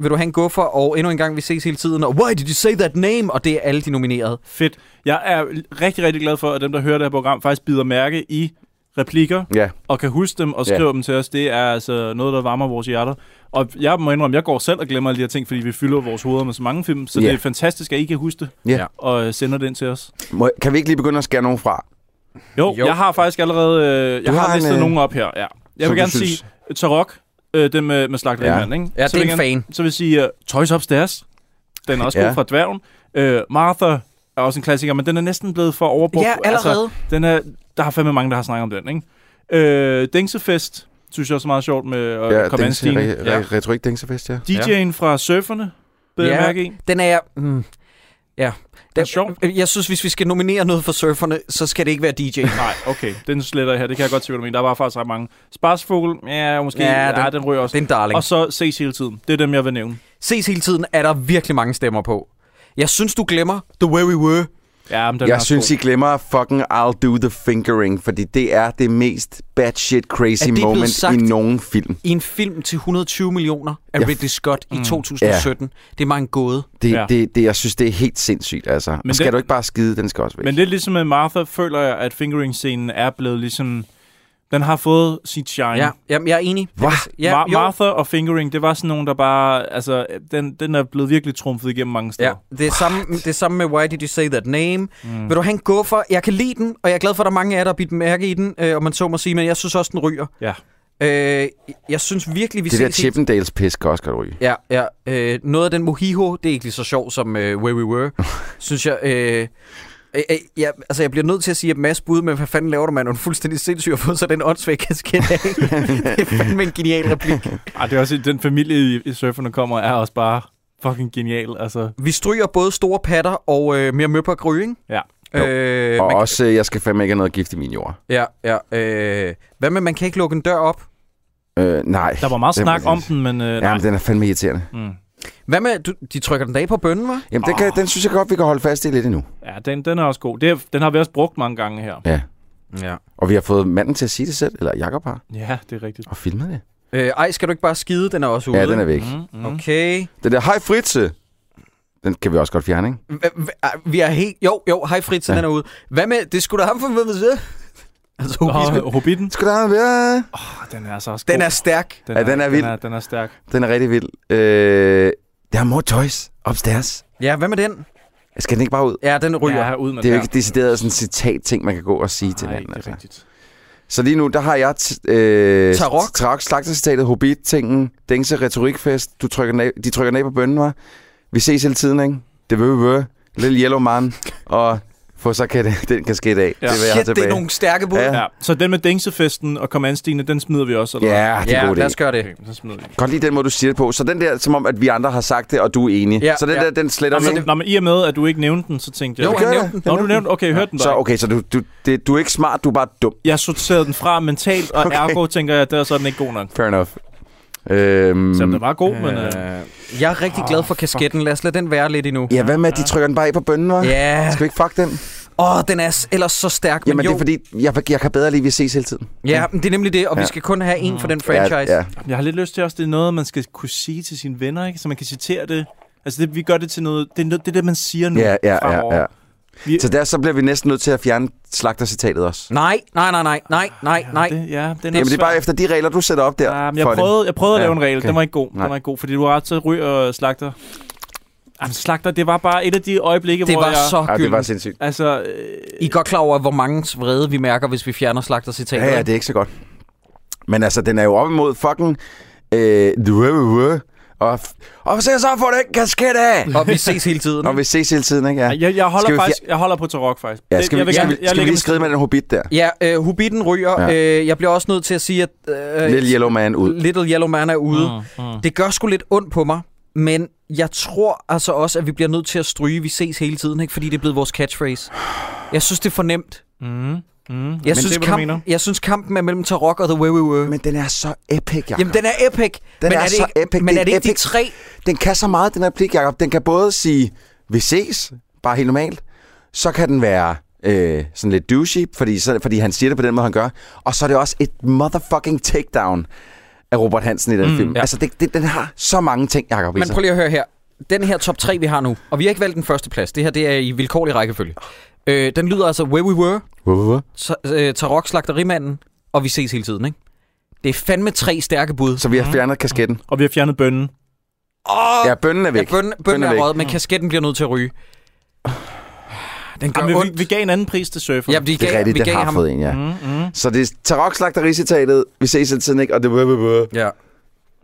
S1: vil du have en guffer, og endnu en gang vi ses hele tiden, og why did you say that name? Og det er alle de nominerede.
S2: Fedt. Jeg er rigtig, rigtig glad for, at dem, der hører det her program, faktisk bider mærke i replikker,
S3: Ja.
S2: og kan huske dem og
S3: Ja.
S2: skrive dem til os. Det er altså noget, der varmer vores hjerter. Og jeg må indrømme, jeg går selv og glemmer alle de her ting, fordi vi fylder vores hoveder med så mange film. Så
S3: Ja.
S2: det er fantastisk, at I kan huske det
S3: ja.
S2: og øh, sender den til os.
S3: Må, kan vi ikke lige begynde at skære nogen fra?
S2: Jo,
S1: Jo.
S2: jo. jeg har faktisk allerede... Øh, jeg
S3: Du
S2: har,
S3: har en,
S2: listet
S3: øh,
S2: nogen op her, ja. Jeg
S3: som
S2: vil
S3: du
S2: gerne
S3: synes.
S2: sige øh, Tarok, øh, den med, med slagt
S3: Ja.
S2: ja. ikke?
S1: Ja, det er
S2: vil
S1: en
S2: jeg gerne- Så vil jeg sige uh, Toys Upstairs. Den er også
S3: Ja.
S2: god fra Dværgen. Øh, Martha er også en klassiker, men den er næsten blevet for overbrugt. Altså, den er, der er fandme mange, der har snakket om den, ikke? Øh, Dingsefest synes jeg også er meget sjovt med at
S3: Ja,
S2: ja, komme
S3: Dingse-
S2: Øh, Stine.
S3: re-
S2: Ja.
S3: re- retorik Dingsefest, ja.
S2: DJ'en fra Surferne, bedre
S1: Ja.
S2: ja. mærke en.
S1: Den er... Mm, ja. Den,
S2: er sjov.
S1: Jeg synes, hvis vi skal nominere noget for surferne, så skal det ikke være DJ.
S2: Nej, okay, den sletter jeg her. Det kan jeg godt se, hvad du mener. Der var faktisk ret mange. Sparsfugl, ja, måske.
S1: Ja,
S2: Ja, den,
S1: den-
S2: ja, den ryger også.
S1: Det er en darling.
S2: Og så ses hele tiden. Det er dem, jeg vil nævne.
S1: Ses hele tiden er der virkelig mange stemmer på. Jeg synes, du glemmer The Way We Were.
S2: Ja, men den er
S3: Jeg
S2: også
S3: synes,
S2: god.
S3: I glemmer fucking I'll do the fingering, fordi det er det mest bad shit
S1: Er
S3: crazy
S1: det blevet
S3: moment
S1: sagt?
S3: i nogen film.
S1: I en film til 120 millioner af
S3: Ja.
S1: Ridley Scott i 2017. Det er mig en gåde.
S3: Det,
S2: Ja.
S3: ja. det, det, jeg synes, det er helt sindssygt, altså. Men
S2: Men
S3: skal
S2: den-
S3: du ikke bare skide, den skal også væk.
S2: Men lidt ligesom med Martha, føler jeg, at fingering-scenen er blevet ligesom... Den har fået sit shine.
S1: Ja, jamen, jeg er enig.
S3: Hva?
S1: Ja,
S2: Mar-
S1: jo.
S2: Martha og fingering, det var sådan nogen, der bare... Altså, den, den er blevet virkelig trumfet igennem mange steder.
S1: Ja, det er, samme, det er samme med Why Did You Say That Name. Mm. Vil du have en guffer? Jeg kan lide den, og jeg er glad for, at der er mange af jer, der har bidt mærke i den, øh, og man så må sige, men jeg synes også, den ryger.
S2: Ja.
S1: Øh, jeg synes virkelig, vi
S3: det der
S1: ses hele
S3: Chippendales pis kan også godt ryge.
S1: Ja, ja. Øh, noget af den mohiho, det er ikke lige så sjovt som øh, Where We Were, synes jeg. Øh, øh, øh, ja, altså, jeg bliver nødt til at sige, at Mads bud med, hvad fanden laver du, mand? Hun er fuldstændig sindssyg og fået sig den åndssvage kasket af. det er fandme en genial replik.
S2: Ej, det er også, den familie i, i Surferne kommer, er også bare fucking genial. Altså,
S1: Vi stryger både store patter og øh, mere møpper og grying.
S2: Ja.
S1: Øh,
S3: Og
S1: man,
S3: også, øh, jeg skal fandme ikke have noget gift i min jord.
S1: ja, ja. Øh, hvad med, man kan ikke lukke en dør op?
S3: Øh, nej.
S2: der var meget
S3: Det er
S2: snak om
S3: præcis.
S2: den, men... Øh, nej.
S3: Jamen, den er fandme irriterende.
S2: Mm.
S1: Hvad med, du, de trykker den af på bønnen, hva'?
S3: Jamen, den, kan, den synes jeg godt, vi kan holde fast i lidt endnu.
S2: Ja, den, den er også god. Det, er- den har vi også brugt mange gange her.
S3: Ja.
S1: Ja.
S3: Og vi har fået manden til at sige det selv, eller Jakob har,
S2: Ja, det er rigtigt.
S3: og filmet det.
S1: Øh, ej, skal du ikke bare skide? Den er også ude.
S3: Ja, den er væk. Mm.
S2: Mm, mm.
S1: Okay.
S3: Den der, hej Fritze! Den kan vi også godt fjerne, ikke?
S1: Hva- hva- Vi er helt... Jo, jo, hej Fritz, ja.
S3: Ja.
S1: den er ude. Hvad med... Det skulle da ham for med ved. Altså, Hobismen.
S2: Og Hobbiten.
S3: Skal der være?
S2: Oh, den er altså også
S1: Den
S2: god.
S1: er stærk.
S2: den
S3: Ja, den er vild.
S2: Den er, den er stærk.
S3: Den er rigtig vild. Øh, der er more toys opstairs.
S1: Ja, hvad med den?
S3: Skal den ikke bare ud?
S1: Ja, den ryger.
S2: Ja, ud med
S3: Det er jo
S2: den.
S3: ikke decideret sådan en citat-ting, man kan gå og sige til
S2: Nej,
S3: hinanden.
S2: det
S3: Altså.
S2: er rigtigt.
S3: Så lige nu, der har jeg t- øh,
S1: Tarok.
S3: Tarok, slagtercitatet, Hobbit-tingen, Dengse retorikfest, du trykker den af, de trykker den af på bønnen, var. Vi ses hele tiden, ikke? Det vil vi være. Little Yellow Man, og få så kan det, den kasket af.
S2: Ja.
S3: Det vil jeg have
S1: Shit, det
S3: tilbage.
S1: er nogle stærke bud.
S3: Ja.
S1: Ja,
S2: Ja, så den med Dingsefesten og Kommandstine, den smider vi også, eller hvad?
S3: Ja, det er
S1: ja
S3: en god
S1: lad
S3: idé.
S1: os gøre det.
S2: Okay, så smider vi.
S3: Godt lige den måde, du siger det på. Så den der, som om, at vi andre har sagt det, og du er enig.
S1: Ja,
S3: så den
S1: ja.
S3: der, den sletter
S2: Nå,
S3: vi,
S2: så
S3: ikke?
S2: det, nå, men i og med, at du ikke nævnte den, så tænkte jeg...
S1: Jo,
S3: gør
S1: han
S3: jeg.
S1: nævnte den.
S2: Nå, du nævnte... Okay, jeg hørte den
S3: Så
S2: bare.
S3: okay, så du, du, det, du er ikke smart, du er bare dum.
S2: Jeg sorterede den fra mentalt, og okay. ergo tænker jeg, at der er sådan ikke god nok.
S3: Fair enough. Øhm,
S2: Selvom den var god, men... Øh,
S1: Jeg er rigtig glad for kasketten. Lad os lade den være lidt endnu.
S3: ja, hvad med, at de trykker den bare af på bønnen, hva'?
S1: Ja.
S3: Skal vi ikke fuck den?
S1: Åh, den er s- ellers så stærk. Men
S3: Jamen,
S1: jo,
S3: det er fordi, jeg, jeg kan bedre lide, at vi ses hele tiden.
S1: Ja, men det er nemlig det, og vi
S3: Ja.
S1: skal kun have en for den franchise.
S3: Ja, ja.
S2: jeg har lidt lyst til også, det er noget, man skal kunne sige til sine venner, ikke? Så man kan citere det. Altså, det, vi gør det til noget... Det er noget, det, er det man siger nu
S3: Ja, ja,
S2: fremover.
S3: ja, ja.
S2: Vi-
S3: Så der så bliver vi næsten nødt til at fjerne slagtercitatet også.
S1: Nej, nej, nej, nej, nej, nej, nej.
S2: Det, ja, den
S3: Jamen, Ah, det er bare
S2: svær.
S3: efter de regler, du sætter op der.
S2: Ja, men jeg
S3: for det.
S2: prøvede, jeg prøvede at
S3: Ja,
S2: lave en regel.
S3: okay.
S2: Den var ikke god.
S3: Nej.
S2: Den var ikke god, fordi du har ret til ryg og slagter. Jamen, Altså, slagter, det var bare et af de øjeblikke,
S1: Det
S2: hvor
S1: var
S2: jeg...
S1: så
S3: Ja, det var
S1: gyldent.
S3: sindssygt.
S2: Altså, øh,
S1: I er godt klar over, hvor mange vrede vi mærker, hvis vi fjerner slagtercitater.
S3: Ja, ja, det er ikke så godt. Men altså, den er jo op imod fucking... Øh, du- øh, øh, og, og se så får den kasket af!
S1: Og vi ses hele tiden.
S3: Når vi ses hele tiden, ikke? Ja.
S2: ej, jeg, jeg,
S3: Skal vi
S2: holder
S3: fjer-
S2: faktisk, jeg holder på Tarok, faktisk.
S3: Ja,
S2: Det-
S3: skal, vi,
S2: jeg vil
S3: skal,
S2: gerne-
S3: vi,
S2: jeg
S3: skal vi
S2: lægger
S3: lige
S2: den-
S3: skride med den hobbit der?
S1: Ja, øh, Hobbiten ryger.
S3: Ja.
S1: Ja. Øh, jeg bliver også nødt til at sige, at øh,
S3: Lille Yellow Man ud.
S1: Little Yellow Man er ude.
S2: Mm, mm.
S1: Det gør sgu lidt ondt på mig, men jeg tror altså også, at vi bliver nødt til at stryge, vi ses hele tiden, ikke? fordi det er blevet vores catchphrase. Jeg synes, det er fornemt.
S2: Mm, mm.
S1: Jeg, synes,
S2: det, er, hvad du mener.
S1: kampen, jeg synes, kampen er mellem Tarok og The Way We Were.
S3: Men den er så epic, Jacob.
S1: Jamen, den er epic.
S3: Den
S1: men
S3: er
S1: det
S3: så
S1: ikke,
S3: epic.
S1: Men
S3: Det
S1: er det
S3: er
S1: ikke
S3: epic.
S1: de tre?
S3: Den kan så meget, den her plik, Jacob. Den kan både sige, vi ses, bare helt normalt. Så kan den være øh, sådan lidt douchey, fordi, så, fordi han siger det på den måde, han gør. Og så er det også et motherfucking takedown af Robert Hansen i den mm, film. Ja.
S1: ja.
S3: Altså, det, det, den har så mange ting, Jacob. i
S1: Men
S3: sig.
S1: prøv lige at høre her. Den her top 3, vi har nu, og vi har ikke valgt den første plads. Det her det er i vilkårlig rækkefølge. Øh, den lyder altså Where We Were,
S3: Hvorfor?
S1: så, øh, Tarok Slagterimanden, og vi ses hele tiden, ikke? Det er fandme tre stærke bud.
S3: Så vi har fjernet kasketten.
S2: Og vi har fjernet bønnen.
S3: Ah,
S1: Åh,
S3: Ja, bønnen er væk.
S1: Ja, bøn, bøn
S3: Bønnen er
S1: er
S3: væk.
S1: røget, men kasketten bliver nødt til at ryge. Den gør
S2: Jamen, vi,
S1: ondt.
S2: vi gav en anden pris til surfer.
S1: ja, vi
S3: Det
S1: gav,
S3: er rigtigt,
S1: vi
S3: den
S1: gav
S3: har
S1: ham.
S3: fået en, ja.
S2: Mm, mm.
S3: Så det er Tarok slagtericitatet, vi ses hele tiden, ikke? Og det... Bøh, bøh, bøh.
S1: Ja.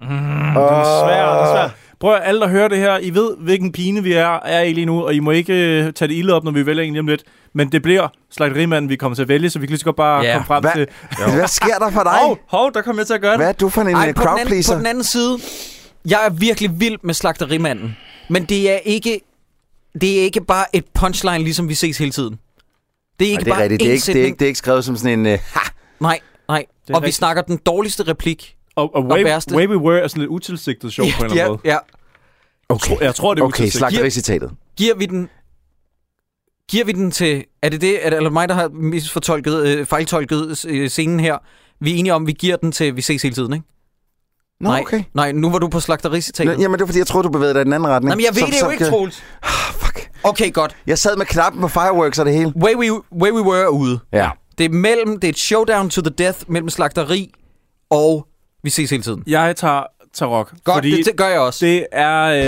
S2: Den er svær, den er svær. Prøv at alle, der hører det her, I ved, hvilken pine vi er, er i lige nu, og I må ikke øh, tage det ilde op, når vi vælger en lige om lidt. Men det bliver slagterimanden, vi kommer til at vælge, så vi kan lige så godt bare
S1: Ja.
S2: komme frem
S3: Hvad,
S2: til...
S3: hvad sker der for dig?
S2: Hov, hov, der kom jeg til at gøre det.
S3: Hvad er du for en øh,
S1: Ej,
S3: Ej,
S1: på, den
S3: crowd
S1: anden, på
S3: pleaser?
S1: den anden side, jeg er virkelig vild med slagterimanden. Men det er ikke, det er ikke bare et punchline, ligesom vi ses hele tiden. Det er ikke
S3: Ej, det er
S1: bare
S3: rigtigt.
S1: én
S3: Det er, ikke, det, er
S1: sætning.
S3: ikke, det er ikke skrevet som sådan en... øh, ha!
S1: Nej, nej. Og
S2: Det er
S1: vi
S2: rigtigt.
S1: snakker den dårligste replik.
S2: Og, og way,
S1: værste.
S2: way We Were er sådan lidt utilsigtet sjov på en eller
S1: ja,
S2: anden måde.
S1: ja.
S3: Okay,
S2: Jeg tror, det er
S3: okay
S2: utilsigtet.
S3: slagtericitatet.
S1: Giver vi den... Giver vi den til... Er det det, er det, eller mig, der har misfortolket, øh, fejltolket øh, scenen her? Vi er enige om, vi giver den til, vi ses hele tiden, ikke?
S3: Nå,
S1: nej,
S3: okay.
S1: nej, nu var du på
S3: Nå,
S1: slagtericitatet.
S3: jamen, det var, fordi jeg troede, du bevægede dig i den anden retning.
S1: Nej, men jeg ved
S3: Som-
S1: det jo
S3: som
S1: ikke,
S3: kan-
S1: Troels.
S3: Ah, fuck.
S1: Okay, godt.
S3: Jeg sad med knappen på fireworks og det hele.
S1: Way we, way we were er ude.
S3: Ja.
S1: Det er mellem, det er et showdown to the death mellem slagteri og vi ses hele tiden.
S2: Jeg tager Tarok,
S1: Godt,
S2: fordi
S1: det, det gør jeg også.
S2: det er... Øh,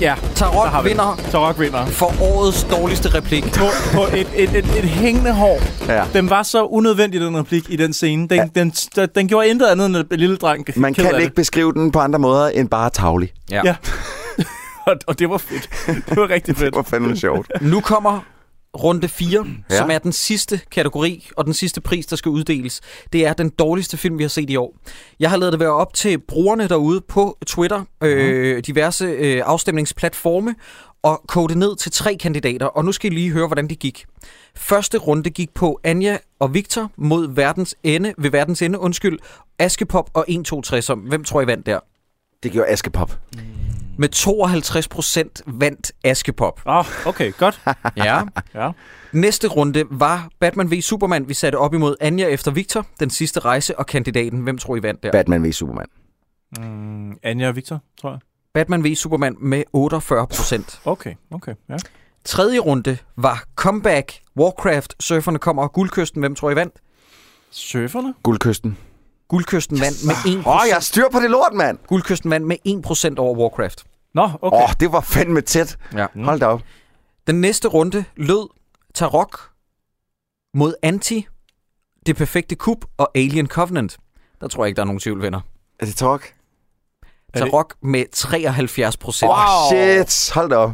S2: ja, der har
S1: Tarok
S2: vi den.
S1: vinder
S2: Tarok vinder.
S1: for årets dårligste replik.
S2: På, på et, et, et, et hængende hår.
S3: ja.
S2: Den var så unødvendig, den replik i den scene. Den, ja. den, den, den gjorde intet andet end at lille dreng.
S3: Man
S2: ked af
S3: kan
S2: det.
S3: ikke beskrive den på andre måder end bare tavlig.
S2: Ja. Og, og det var fedt. Det var rigtig fedt.
S3: Det var fandme sjovt.
S1: Nu kommer runde 4,
S3: Ja.
S1: ja. som er den sidste kategori og den sidste pris, der skal uddeles. Det er den dårligste film, vi har set i år. Jeg har lavet det være op til brugerne derude på Twitter, øh, diverse øh, afstemningsplatforme, og kode det ned til tre kandidater, og nu skal I lige høre, hvordan det gik. Første runde gik på Anja og Victor mod verdens ende, ved verdens ende, undskyld, Askepop og 163, som hvem tror I vandt der?
S3: Det gjorde Askepop.
S1: Med 52 procent vandt Askepop.
S2: Åh, oh, okay, godt.
S1: Ja.
S2: Ja.
S1: Næste runde var Batman v Superman. Vi satte op imod Anja efter Victor, den sidste rejse og kandidaten. Hvem tror I vandt der?
S3: Batman v Superman.
S2: Mm, Anja og Victor, tror jeg.
S1: Batman v Superman med 48 procent.
S2: Okay, okay, ja.
S1: Tredje runde var Comeback, Warcraft, Surferne kommer og Guldkysten. Hvem tror I vandt?
S2: Surferne?
S3: Guldkysten.
S1: Guldkysten vandt med 1
S3: Åh, oh, jeg har styr på det lort, mand!
S1: Guldkysten vandt med 1 procent over Warcraft.
S2: Nå,
S3: Åh,
S2: okay.
S3: oh, det var fandme tæt.
S1: Ja.
S3: Hold da op.
S1: Den næste runde lød Tarok mod Anti, Det Perfekte Kub og Alien Covenant. Der tror jeg ikke, der er nogen tvivl, venner.
S3: Er det talk?
S2: Er det-
S1: Tarok med 73 procent.
S3: Åh, oh, shit. Hold da op.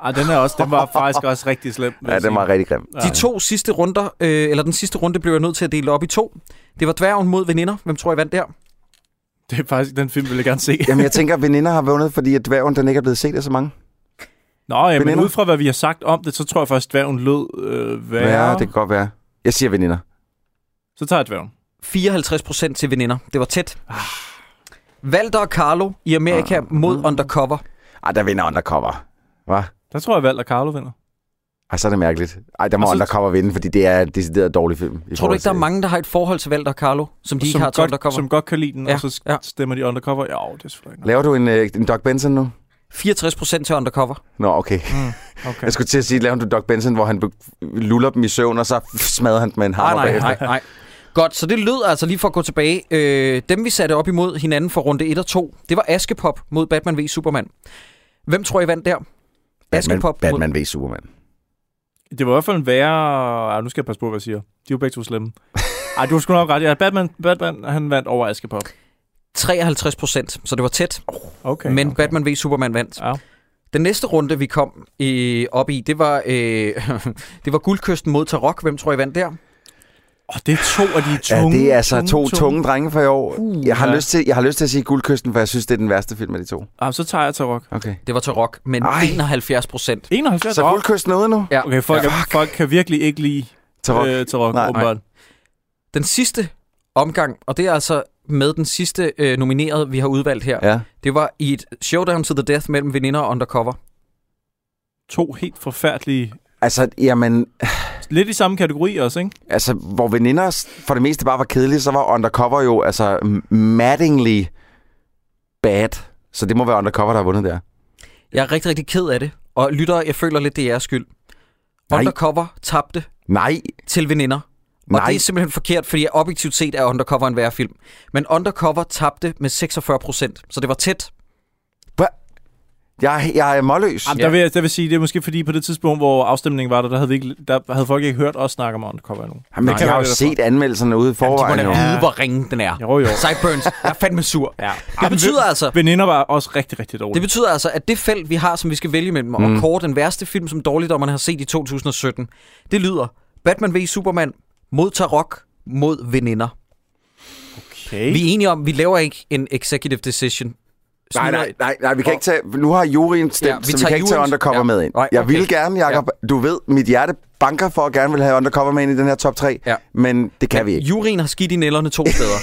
S2: Ah, den, er også, den var faktisk også rigtig slem. vil
S3: Ja,
S2: jeg
S3: den
S2: sige.
S3: var rigtig grim.
S1: De to sidste runder, øh, eller den sidste runde, blev jeg nødt til at dele op i to. Det var dværgen mod veninder. Hvem tror I vandt der?
S2: Det er faktisk den film, vil jeg gerne se.
S3: Jamen, jeg tænker, at veninder har vundet, fordi at dværgen, den ikke er blevet set af så mange.
S2: Nå, ja, men
S3: Veninder?
S2: ud fra, hvad vi har sagt om det, så tror jeg faktisk, dværgen lød øh,
S3: Ja, ja
S2: værre.
S3: det kan godt være. Jeg siger veninder.
S2: Så tager jeg dværgen.
S1: 54 procent til veninder. Det var tæt. Valter og Carlo i Amerika mod Undercover.
S3: Ej, der vinder undercover. Hvad?
S2: Der tror jeg, Valder Carlo vinder.
S3: Ej, så er det mærkeligt. Ej, der må
S2: Og så-
S3: Undercover vinde, fordi det er en decideret dårlig film. i
S1: Tror du
S3: forhold
S1: ikke, der er
S3: til-
S1: mange, der har et forhold til Valter og Carlo, som de ikke har til Undercover?
S2: godt, som godt kan lide den, ja,
S1: Ja,
S2: og så
S1: ja.
S2: ja. stemmer de undercover. Ja, det er selvfølgelig ikke
S3: Laver du en, øh, en Doc Benson nu?
S1: 64 procent til Undercover.
S3: Nå, okay.
S2: nok. Mm, Okay.
S3: Jeg skulle til at sige, laver du Doc Benson, hvor han be- luller dem i søvn, og så smadrer han dem med en
S1: Nej,
S3: hammer
S1: Ah, nej,
S3: bagefter?
S1: nej, nej. Godt, så det lød altså lige for at gå tilbage. Øh, dem vi satte op imod hinanden for runde 1 og 2, det var Askepop mod Batman v Superman. Hvem tror I vandt der? Askepop? mod-
S3: Batman v Superman.
S2: Det var i hvert fald en værre... Ej, nu skal jeg passe på, hvad jeg siger. De er jo begge to slemme. Ej, du har sgu nok ret. Ja, Batman, Batman han vandt over Askepop.
S1: 53 procent, så det var tæt.
S2: Okay,
S1: men Batman v Superman vandt.
S2: Ja.
S1: Den næste runde, vi kom øh, op i, det var, øh, det var Guldkysten mod Tarok. Hvem tror I vandt der?
S2: Oh, det er to af de
S3: Ja,
S2: tunge...
S3: det er altså to tunge drenge for i år.
S2: Uh,
S3: Jeg har,
S2: ja.
S3: lyst til, jeg har lyst til at sige Guldkysten, for jeg synes, det er den værste film af de to.
S2: Ah, så tager jeg Tarok.
S3: Okay.
S1: Det var Tarok, men
S3: Ej.
S1: 71 procent.
S2: 71
S3: Så
S2: Tarok.
S3: Guldkysten er ude nu?
S1: Ja.
S2: Okay, folk, ja.
S3: Fuck.
S2: folk kan virkelig ikke lide
S3: Tarok.
S2: Øh, Tarok
S3: Nej.
S2: åbenbart.
S1: Den sidste omgang, og det er altså med den sidste øh, nomineret, vi har udvalgt her,
S3: Ja.
S1: det var i et showdown to the death mellem veninder og undercover.
S2: To helt forfærdelige...
S3: Altså, jamen,
S2: Lidt i samme kategori også, ikke?
S3: altså, hvor veninder s- for det meste bare var kedelige, så var Undercover jo altså m- mattingly bad. Så det må være Undercover, der har vundet der.
S1: Jeg er rigtig, rigtig ked af det, og lytter, jeg føler lidt, det er jeres skyld.
S3: Nej.
S1: Undercover tabte
S3: Nej,
S1: til veninder. Og
S3: nej.
S1: det er simpelthen forkert, fordi objektivt set er Undercover en værre film. Men Undercover tabte med 46 procent, så det var tæt.
S3: Jeg, jeg er målløs.
S2: Jamen, der, vil, jeg- der vil sige, det er måske fordi på det tidspunkt, hvor afstemningen var der, der havde, vi ikke, der havde folk ikke hørt os snakke om undercover endnu.
S3: Jamen,
S2: Det kan
S3: jeg har
S2: være
S3: jo
S2: det, der
S3: set anmeldelserne ude i
S1: de må
S3: forvejen.
S1: da
S3: jo.
S2: Ja.
S1: vide, hvor ringe den er.
S2: Jo, jo.
S1: Sideburns, jeg er fandme sur.
S2: Ja.
S1: Det betyder altså,
S2: Veninder var også rigtig, rigtig dårlige.
S1: det betyder altså, at det felt, vi har, som vi skal vælge mellem, og mm. kåre den værste film, som dårligdommerne har set i 2017, det lyder Batman v Superman mod Tarok mod Veninder.
S2: okay.
S1: Vi er enige om, vi laver ikke en executive decision.
S3: Nej,
S1: Snyder-
S3: nej, nej, nej, vi kan ikke tage... Nu har juryen stemt,
S1: Ja,
S3: ja,
S1: vi
S3: vi så vi
S1: tager
S3: kan ikke tage
S1: juryens-
S3: Undercover
S1: ja.
S3: ja. med ind.
S1: Nej,
S3: jeg
S1: okay.
S3: ville gerne, Jacob. Ja. Du ved, mit hjerte banker for at gerne vil have Undercover med ind i den her top 3,
S1: Ja.
S3: men det kan vi ikke.
S1: Jurien har skidt i nælderne to steder.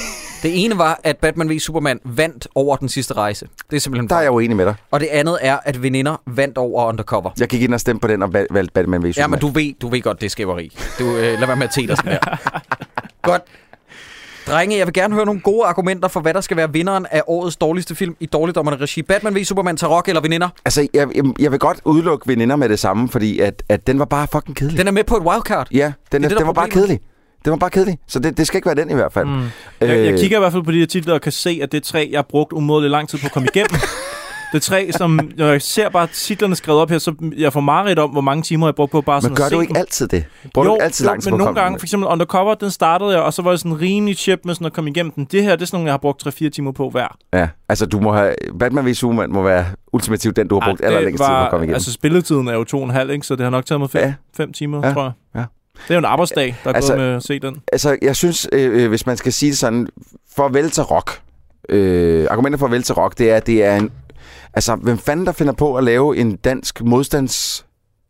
S1: det ene var, at Batman v Superman vandt over den sidste rejse. Det er simpelthen
S3: Der er
S1: fejl.
S3: jeg uenig med dig.
S1: Og det andet er, at veninder vandt over undercover.
S3: Jeg gik ind og stemte på den og valg- valgte Batman v
S1: Ja, men
S3: Superman.
S1: du ved, du ved godt, det er skæveri. Du, øh, lad være med at tæte dig sådan der. godt. Drenge, jeg vil gerne høre nogle gode argumenter for, hvad der skal være vinderen af årets dårligste film i dårligdommerne regi. Batman v Superman, Tarok eller Veninder.
S3: Altså, jeg, jeg, jeg vil godt udelukke veninder med det samme, fordi at, at den var bare fucking kedelig.
S1: Den er med på et wildcard.
S3: Ja, den,
S1: er
S3: er,
S1: det, der
S3: den
S1: er
S3: var bare
S1: problemet.
S3: kedelig. Den var bare kedelig, så det, det skal ikke være den i hvert fald. Mm. Øh,
S2: Jeg, jeg kigger i hvert fald på de her titler og kan se, at det er tre, jeg har brugt umådeligt lang tid på at komme igennem. det er tre, som... Når jeg ser bare titlerne skrevet op her, så jeg får meget om, hvor mange timer jeg brugte på bare sådan
S3: men gør
S2: at se
S3: du ikke
S2: dem.
S3: altid det? Bruger du ikke altid lang tid
S2: men
S3: på at
S2: nogle
S3: komme
S2: gange, for eksempel Undercover, den startede jeg, og så var jeg sådan rimelig chip med sådan at komme igennem den. Det her, det er sådan nogle, jeg har brugt 3-4 timer på hver.
S3: Ja, altså du må have... Batman v Superman må være ultimativt den, du har brugt
S2: Ej, det
S3: allerlængst tid på at komme igennem.
S2: Altså, spilletiden er jo to og en halv, ikke? så det har nok taget mig fem,
S3: Ja.
S2: ja. fem timer,
S3: Ja.
S2: ja. tror jeg.
S3: Ja.
S2: Det er jo en arbejdsdag, der er
S3: Altså-
S2: altså, gået med at se den.
S3: altså, jeg synes, øh, øh, hvis man skal sige det sådan, farvel til rock. Øh, argumentet for farvel til rock, det er, at det er en... Altså, hvem fanden der finder på at lave en dansk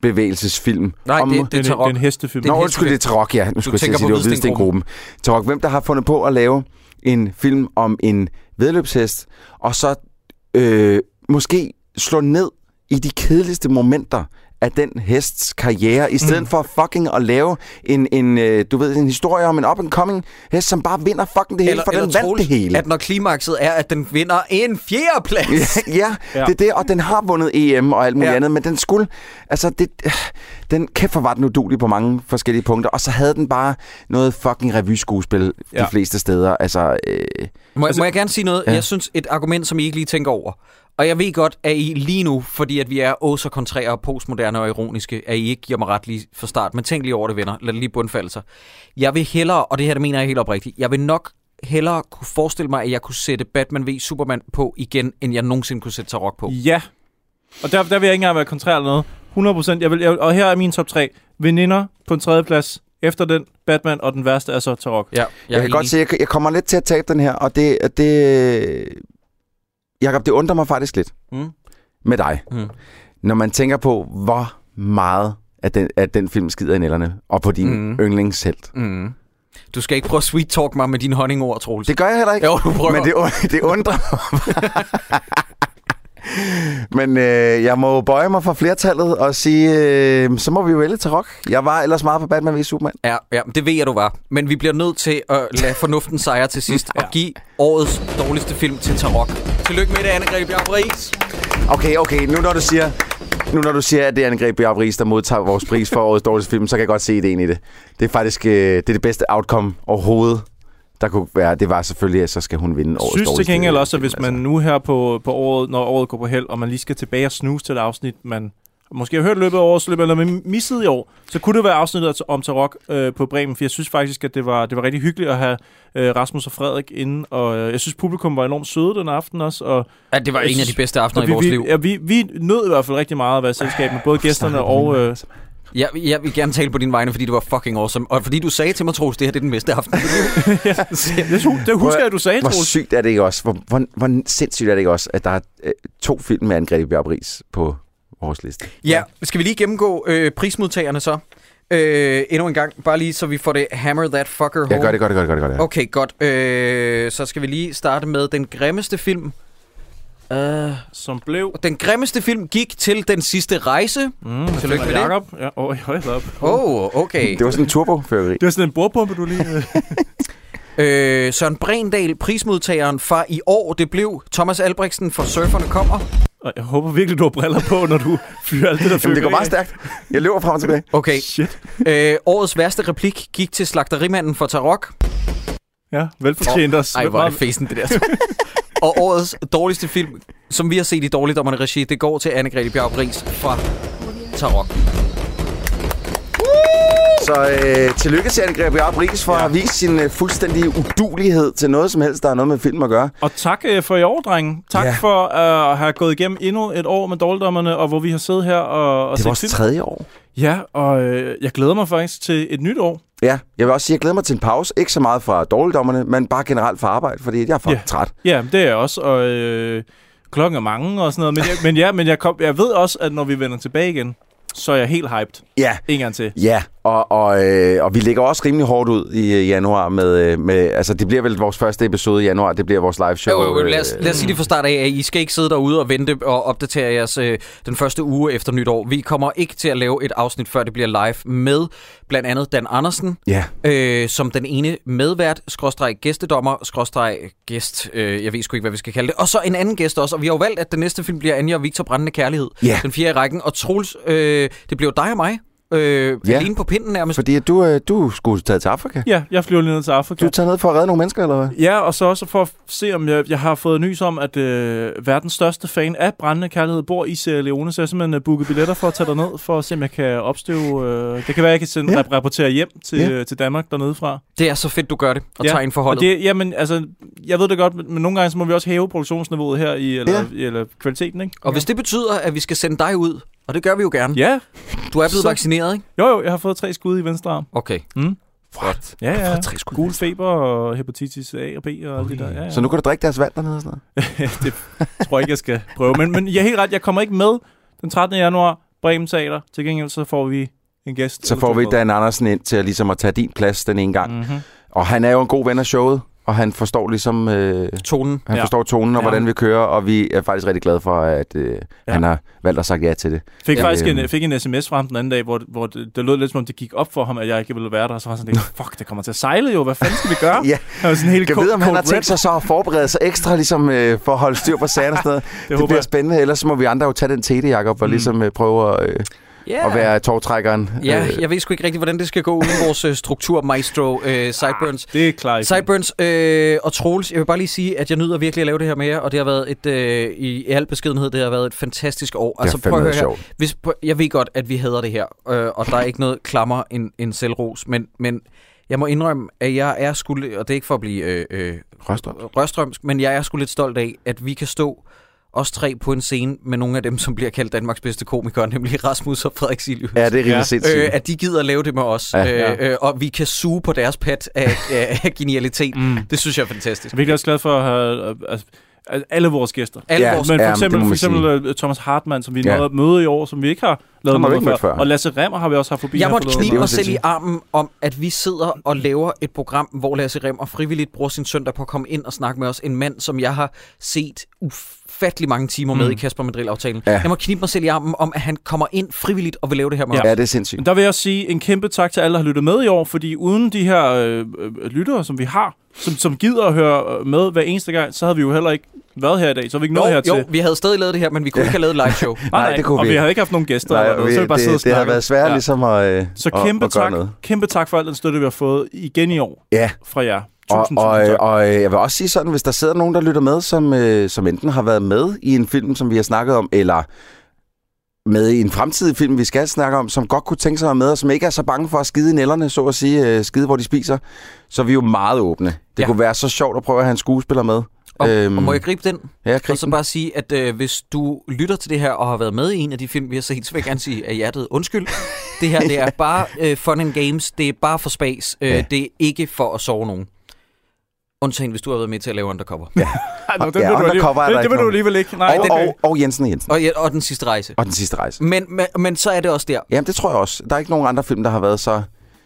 S3: modstandsbevægelsesfilm?
S1: Nej,
S3: om,
S1: det,
S2: Det er,
S1: det er
S2: en, det er en
S1: Tarok.
S2: hestefilm.
S1: det er en
S3: Nå, undskyld, det er Tarok, ja. Nu skulle jeg til
S1: tænker
S3: at sige,
S1: på
S3: det var Hvidstengruppen. Tarok, hvem der har fundet på at lave en film om en vedløbshest, og så øh, måske slå ned i de kedeligste momenter af den hests karriere, i stedet mm. for fucking at lave en, en, øh, du ved, en historie om en up-and-coming hest, som bare vinder fucking det hele, for den vandt
S1: Troels,
S3: det hele.
S1: at når klimakset er, at den vinder en fjerdeplads.
S3: ja, ja,
S2: Ja.
S3: det er det, og den har vundet EM og alt muligt
S1: Ja.
S3: ja. andet, men den skulle, altså, det, øh, den kæft for var den udulig på mange forskellige punkter, og så havde den bare noget fucking revyskuespil ja. de
S2: Ja.
S3: fleste steder, altså,
S1: Må,
S3: øh,
S1: altså,
S2: Altså-
S1: må jeg gerne sige noget? Ja.
S3: Ja.
S1: Jeg synes, et argument, som I ikke lige tænker over, og jeg ved godt, at I lige nu, fordi at vi er åh så kontrære og postmoderne og ironiske, at I ikke giver mig ret lige fra start, men tænk lige over det, venner. Lad det lige bundfalde sig. Jeg vil hellere, og det her det mener jeg helt oprigtigt, jeg vil nok hellere kunne forestille mig, at jeg kunne sætte Batman v Superman på igen, end jeg nogensinde kunne sætte Tarok på.
S2: Ja. Og der, der vil jeg ikke engang være kontrær eller noget. 100%. Jeg vil, jeg, og her er min top 3. Veninder på en tredje plads. Efter den, Batman, og den værste er så Tarok.
S1: Ja, jeg,
S3: jeg, jeg kan godt se, jeg, jeg kommer lidt til at tabe den her, og det, og det øh, Jacob, det undrer mig faktisk lidt
S2: Mm.
S3: med dig,
S1: Mm.
S3: når man tænker på, hvor meget at den, at den film skider i nælderne, og på din
S1: Mm.
S3: mm. yndlingshelt.
S1: Mm. Du skal ikke prøve at sweet talk mig med dine honningord, Troels.
S3: Det gør jeg heller ikke.
S1: Jo, du prøver.
S3: Men det, und- det undrer mig. Men øh, jeg må jo bøje mig for flertallet og sige, øh, så må vi jo vælge til rock. Jeg var ellers meget på Batman v Superman.
S1: Ja, ja, men det ved jeg, du var. Men vi bliver nødt til at lade fornuften sejre til sidst og give årets dårligste film til Tarok. Tillykke med det, Anne-Grethe Bjarup Riis.
S3: Okay, okay, nu når du siger... Nu når du siger, at det er Anne-Grethe Bjarup Riis, der modtager vores pris for årets dårligste film, så kan jeg godt se ideen i det. Det er faktisk øh, det, er det bedste outcome overhovedet Der kunne være, det var selvfølgelig, at så skal hun vinde årets
S2: synes til
S3: dårligste øh,
S2: gengæld også,
S3: film,
S2: at hvis
S1: Altså.
S2: man nu her på, på året, når året går på held, og man lige skal tilbage og snuse til et afsnit, man måske har hørt i løbet af årets løb, eller man missede i år, så kunne det være afsnittet om Tarok øh, på Bremen, for jeg synes faktisk, at det var, det var rigtig hyggeligt at have øh, Rasmus og Frederik inde, og øh, jeg synes, publikum var enormt søde den aften også, og,
S1: Ja, det var
S2: Jeg
S1: en af de
S2: synes-
S1: bedste aftener
S2: og
S1: i vores
S2: vi,
S1: liv.
S2: vi, ja, vi, vi nød i hvert fald rigtig meget at være i selskab med både gæsterne og... Øh,
S1: Jeg, jeg vil gerne tale på din vegne, fordi det var fucking awesome. Og fordi du sagde til mig, Troels, det her det er den bedste aften.
S2: det, hu- det husker jeg, du sagde,
S3: Hvor
S2: Troels.
S3: sygt er det ikke også? Hvor, hvor, hvor sindssygt er det ikke også, at der er øh, to film med Anne-Grethe Bjarup Riis på vores liste?
S1: ja, skal vi lige gennemgå øh, prismodtagerne så? Øh, endnu en gang, bare lige så vi får det hammer that fucker home.
S3: Jeg gør det, gør det, gør det, gør det. Gør det.
S1: Okay, godt. Øh, så skal vi lige starte med den grimmeste film. Uh,
S2: Som blev...
S1: den grimmeste film gik til Den Sidste Rejse.
S2: Mm,
S1: Tillykke med det.
S2: Jacob. Ja, oh, hold op.
S1: Oh, okay.
S3: Det var sådan en turbofyrværkeri.
S2: Det var sådan en bordpumpe, du lige... Øh.
S1: Øh, Søren Brendal, prismodtageren fra i år, det blev Thomas Albrechtsen for Surferne Kommer.
S2: Og jeg håber virkelig, du har briller på, når du fyrer alt det der
S3: Jamen, det går
S2: fyrværkeri af.
S3: meget stærkt. Jeg løber frem og tilbage.
S1: Okay.
S2: Shit.
S1: Øh, årets værste replik gik til slagterimanden for Tarok.
S2: Ja, velfortjent oh, os.
S1: Ej, hvor er det fesen, det der. og årets dårligste film, som vi har set i Dårligdommerne Regi, det går til Anne-Grethe Bjarup Riis fra Tarok.
S3: Så øh, tillykke til Anne-Grethe Bjarup Riis for ja. at vise sin øh, fuldstændige udulighed til noget som helst, der har noget med film at gøre.
S2: Og tak øh, for i år, drenge. Tak
S3: Ja.
S2: ja. for øh, at have gået igennem endnu et år med dårligdommerne, og hvor vi har siddet her og, og
S3: Det
S2: set
S3: var vores
S2: film.
S3: tredje år.
S2: Ja, og øh, jeg glæder mig faktisk til et nyt år.
S3: Ja, jeg vil også sige, at jeg glæder mig til en pause. Ikke så meget fra dårligdommerne, men bare generelt fra arbejde, fordi jeg er for
S2: Ja.
S3: træt.
S2: Ja, det er jeg også, og øh, klokken er mange og sådan noget. Men, jeg, men ja, men jeg, kom, jeg ved også, at når vi vender tilbage igen, så er jeg helt hyped.
S3: Ja,
S2: En gang til.
S3: Ja, og, og, øh, og vi lægger også rimelig hårdt ud i øh, januar med, øh, med... Altså, det bliver vel vores første episode i januar, det bliver vores live show. øh,
S1: Jo, jo, jo, Øh, lad, os, lad os sige det fra start af, at I skal ikke sidde derude og vente og opdatere jeres øh, den første uge efter nytår. Vi kommer ikke til at lave et afsnit, før det bliver live med blandt andet Dan Andersen,
S3: Ja,
S1: øh, som den ene medvært, skråstreg gæstedommer, skråstreg gæst, øh, jeg ved sgu ikke, hvad vi skal kalde det, og så en anden gæst også, og vi har jo valgt, at den næste film bliver Anja og Victor Brændende Kærlighed,
S3: Ja.
S1: den fjerde i rækken, og Troels, øh, det bliver jo dig og mig, øh,
S3: Ja.
S1: ja. alene på pinden nærmest.
S3: fordi at du, øh, du skulle tage til Afrika.
S2: Ja, jeg flyver lige ned til Afrika.
S3: Du tager ned for at redde nogle mennesker, eller hvad?
S2: Ja, og så også for at se, om jeg, jeg har fået nys om, at øh, verdens største fan af brændende kærlighed bor i Sierra Leone, så jeg har simpelthen øh, booket billetter for at tage derned, for at se, om jeg kan opstøve... Øh, det kan være, jeg kan sende,
S3: Ja.
S2: ja. rapportere hjem til,
S3: Ja.
S2: ja. til Danmark dernede fra.
S1: Det er så fedt, du gør det, og ja.
S2: Ja,
S1: tager ind for
S2: Og
S1: holdet.
S2: det, jamen, altså, jeg ved det godt, men men nogle gange så må vi også hæve produktionsniveauet her, i, eller, ja. eller kvaliteten, ikke?
S1: Og hvis det betyder, at vi skal sende dig ud, og det gør vi jo gerne.
S2: Ja,
S1: Du er blevet
S2: Så-
S1: vaccineret, ikke?
S2: jo jo, jeg har fået tre skud i venstre arm.
S1: Okay.
S3: What?
S2: Ja, Mm. ja.
S3: Tre skud.
S2: Gul feber og hepatitis A og B og alt det der. Ja, ja.
S3: Så nu kan du drikke deres vand dernede og sådan noget?
S2: det tror jeg ikke, jeg skal prøve. Men, men jeg er helt ret, jeg kommer ikke med den 13. januar. Bremen Teater. Til gengæld så får vi en gæst.
S3: Så får vi Dan Andersen ind til at, ligesom at tage din plads den ene gang. Mm.
S2: Mm-hmm.
S3: Og han er jo en god ven af showet, og han forstår ligesom... Øh,
S1: Tonen.
S3: han
S2: Ja.
S3: forstår tonen og
S2: Ja.
S3: hvordan vi kører, og vi er faktisk rigtig glade for, at øh,
S2: Ja.
S3: han har valgt at sagt ja til det.
S2: Fik
S3: Ja.
S2: faktisk
S3: Øhm.
S2: en, fik en sms fra ham den anden dag, hvor, hvor det, det lød lidt som om, det gik op for ham, at jeg ikke ville være der. Og så var han sådan, lidt, fuck, det kommer til at sejle jo. Hvad fanden skal vi gøre?
S3: Ja.
S2: Han var sådan helt
S3: Kan
S2: cold-
S3: vide, om han
S2: cold
S3: har tænkt
S2: red.
S3: sig så at forberede sig ekstra ligesom, øh, for at holde styr på sagen og sådan noget. det, det
S2: håber
S3: bliver
S2: jeg.
S3: spændende. Ellers må vi andre jo tage den tete, Jacob, og
S2: Mm.
S3: ligesom øh, prøve at, øh,
S1: Yeah.
S3: at være øh, tårtrækkeren.
S1: Ja, jeg ved sgu ikke rigtigt, hvordan det skal gå uden vores øh, struktur, maestro øh, Sideburns.
S2: Ah, Det er klart.
S1: Sideburns øh, og Troels, jeg vil bare lige sige, at jeg nyder virkelig at lave det her med jer, og det har været et, øh, i i al beskedenhed, det har været et fantastisk år.
S3: altså, det er
S1: prøv at
S3: fandme
S1: høre her.
S3: sjovt.
S1: Hvis, prøv- jeg ved godt, at vi hader det her, øh, og der er ikke noget klammer end, end selvros, men, men jeg må indrømme, at jeg er skulle, og det er ikke for at blive øh, øh,
S3: Røstrup.
S1: røstrømsk, men jeg er sgu lidt stolt af, at vi kan stå os tre på en scene med nogle af dem, som bliver kaldt Danmarks bedste komikere, nemlig Rasmus og Frederik Silius.
S3: Ja, det er rigtig ja.
S2: Ja.
S3: sindssygt.
S1: Øh, at de gider at lave det med os,
S3: Ja.
S1: ja, øh,
S2: Ja.
S1: øh, og vi kan suge på deres pat af, af, af genialitet.
S2: Mm.
S1: Det synes jeg er fantastisk.
S2: Jeg er virkelig også glad for at have øh, altså, al- alle vores gæster.
S1: Alle
S3: Ja,
S1: vores...
S2: Men
S3: Ja,
S2: for
S3: men det
S2: eksempel,
S3: må man
S2: for eksempel øh, Thomas Hartmann, som vi
S3: Ja.
S2: ja. nåede at møde i år, som vi ikke har lavet
S3: Ham har vi
S2: noget
S3: ikke mødt før.
S2: Og Lasse Remmer har vi også haft forbi.
S1: Jeg
S2: her
S1: måtte
S2: forleden.
S3: Det er
S1: knibe
S3: jo
S1: mig selv i
S3: sindssygt.
S1: armen om, at vi sidder og laver et program, hvor Lasse Remmer frivilligt bruger sin søndag på at komme ind og snakke med os. En mand, som jeg har set ufattelig mange timer med
S2: Mm.
S1: i Kasper Madrid-aftalen.
S3: Ja.
S1: Ja. Jeg må knibe mig selv i armen om, at han kommer ind frivilligt og vil lave det her med
S2: Ja.
S1: os.
S3: ja, det er sindssygt.
S2: Men der vil jeg også sige en kæmpe tak til alle, der har lyttet med i år, fordi uden de her øh, øh, lyttere, som vi har, som, som gider at høre øh, med hver eneste gang, så havde vi jo heller ikke været her i dag, så havde vi ikke nået
S1: Jo,
S2: hertil.
S1: jo, vi havde stadig lavet det her, men vi kunne ikke have lavet et live show.
S2: Nej,
S3: Nej,
S2: nej,
S3: det kunne
S2: og
S3: vi
S2: vi
S3: ikke.
S2: havde ikke haft nogen gæster.
S3: Nej,
S2: eller noget, så vi bare siddet og
S3: det, det har
S2: snakket.
S3: været svært
S2: Ja.
S3: ja. ligesom at, øh,
S2: Så
S3: at,
S2: kæmpe
S3: at gøre
S2: tak,
S3: noget.
S2: kæmpe tak for al den støtte, vi har fået igen i år
S3: Ja,
S2: fra jer.
S3: Og,
S2: Tusind,
S3: og,
S2: tusind
S3: øh,
S2: tak.
S3: og øh, jeg vil også sige sådan, hvis der sidder nogen, der lytter med, som, øh, som enten har været med i en film, som vi har snakket om, eller med i en fremtidig film, vi skal snakke om, som godt kunne tænke sig at være med, og som ikke er så bange for at skide i nælderne, så at sige, øh, skide hvor de spiser, så er vi jo meget åbne. Det
S1: Ja.
S3: ja. kunne være så sjovt at prøve at have en skuespiller med.
S1: Og, øhm, og må jeg gribe den?
S3: ja,
S1: Og så bare sige, at øh, hvis du lytter til det her og har været med i en af de film, vi har set, så vil jeg gerne sige af hjertet undskyld. Det her det er bare øh, fun and games. Det er bare for spas. Øh,
S3: Ja.
S1: Det er ikke for at sove nogen. Undtagen, hvis du har været med til at lave undercover. Ja.
S2: Ej, nå,
S3: Ja,
S2: den vil du alligevel-
S3: undercover er der
S2: den-
S3: ikke
S2: Det vil du
S3: nogen.
S2: alligevel ikke. Nej,
S3: og,
S2: den-
S3: og, og Jensen og Jensen.
S1: Og, ja, og den sidste rejse.
S3: Og den sidste rejse.
S1: Men, men, men så er det også der.
S3: Jamen, det tror jeg også. Der er ikke nogen andre film, der har været så,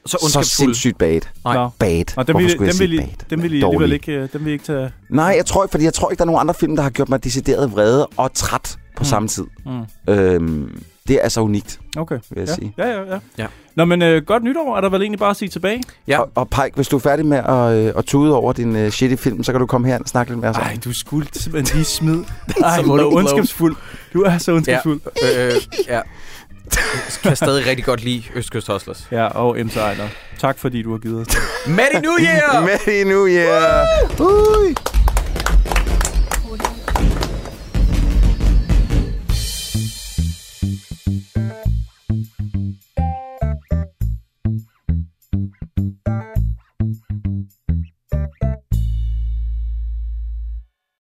S1: Så
S3: så
S1: ondskabsfuld.
S3: sindssygt bad.
S1: Nej.
S2: Nå.
S3: Bad.
S2: Og dem
S3: Hvorfor
S2: vil,
S3: skulle jeg
S2: dem
S3: sige
S2: vil, I-
S3: bad?
S2: dem vil I
S3: Dårlig.
S2: alligevel ikke, øh, dem vil I ikke tage...
S3: Nej, jeg tror ikke, fordi jeg tror ikke, der er nogen andre film, der har gjort mig decideret vrede og træt på mm. samme tid.
S2: Mm.
S3: Øhm, det er altså unikt,
S2: Okay.
S3: vil jeg
S2: ja.
S3: ja. sige.
S2: Ja, ja, ja.
S1: Ja.
S2: Nå, men øh, godt nytår er der vel egentlig bare at sige tilbage.
S1: Ja.
S3: Og, og Pike, hvis du er færdig med at, øh, at tude over din øh, shitty film, så kan du komme her og snakke lidt mere sammen.
S2: Ej, du skulle simpelthen lige smid. Ej,
S1: så
S2: hvor er du
S1: low blow.
S2: ondskabsfuld. Du er så
S1: Ja.
S2: ondskabsfuld.
S1: Øh, ja. Jeg kan stadig rigtig godt lide Østkyst Hustlers.
S2: Ja, og MC Ejner. Tak fordi du har givet os det.
S1: Merry New Year!
S3: Merry New Year! Ui!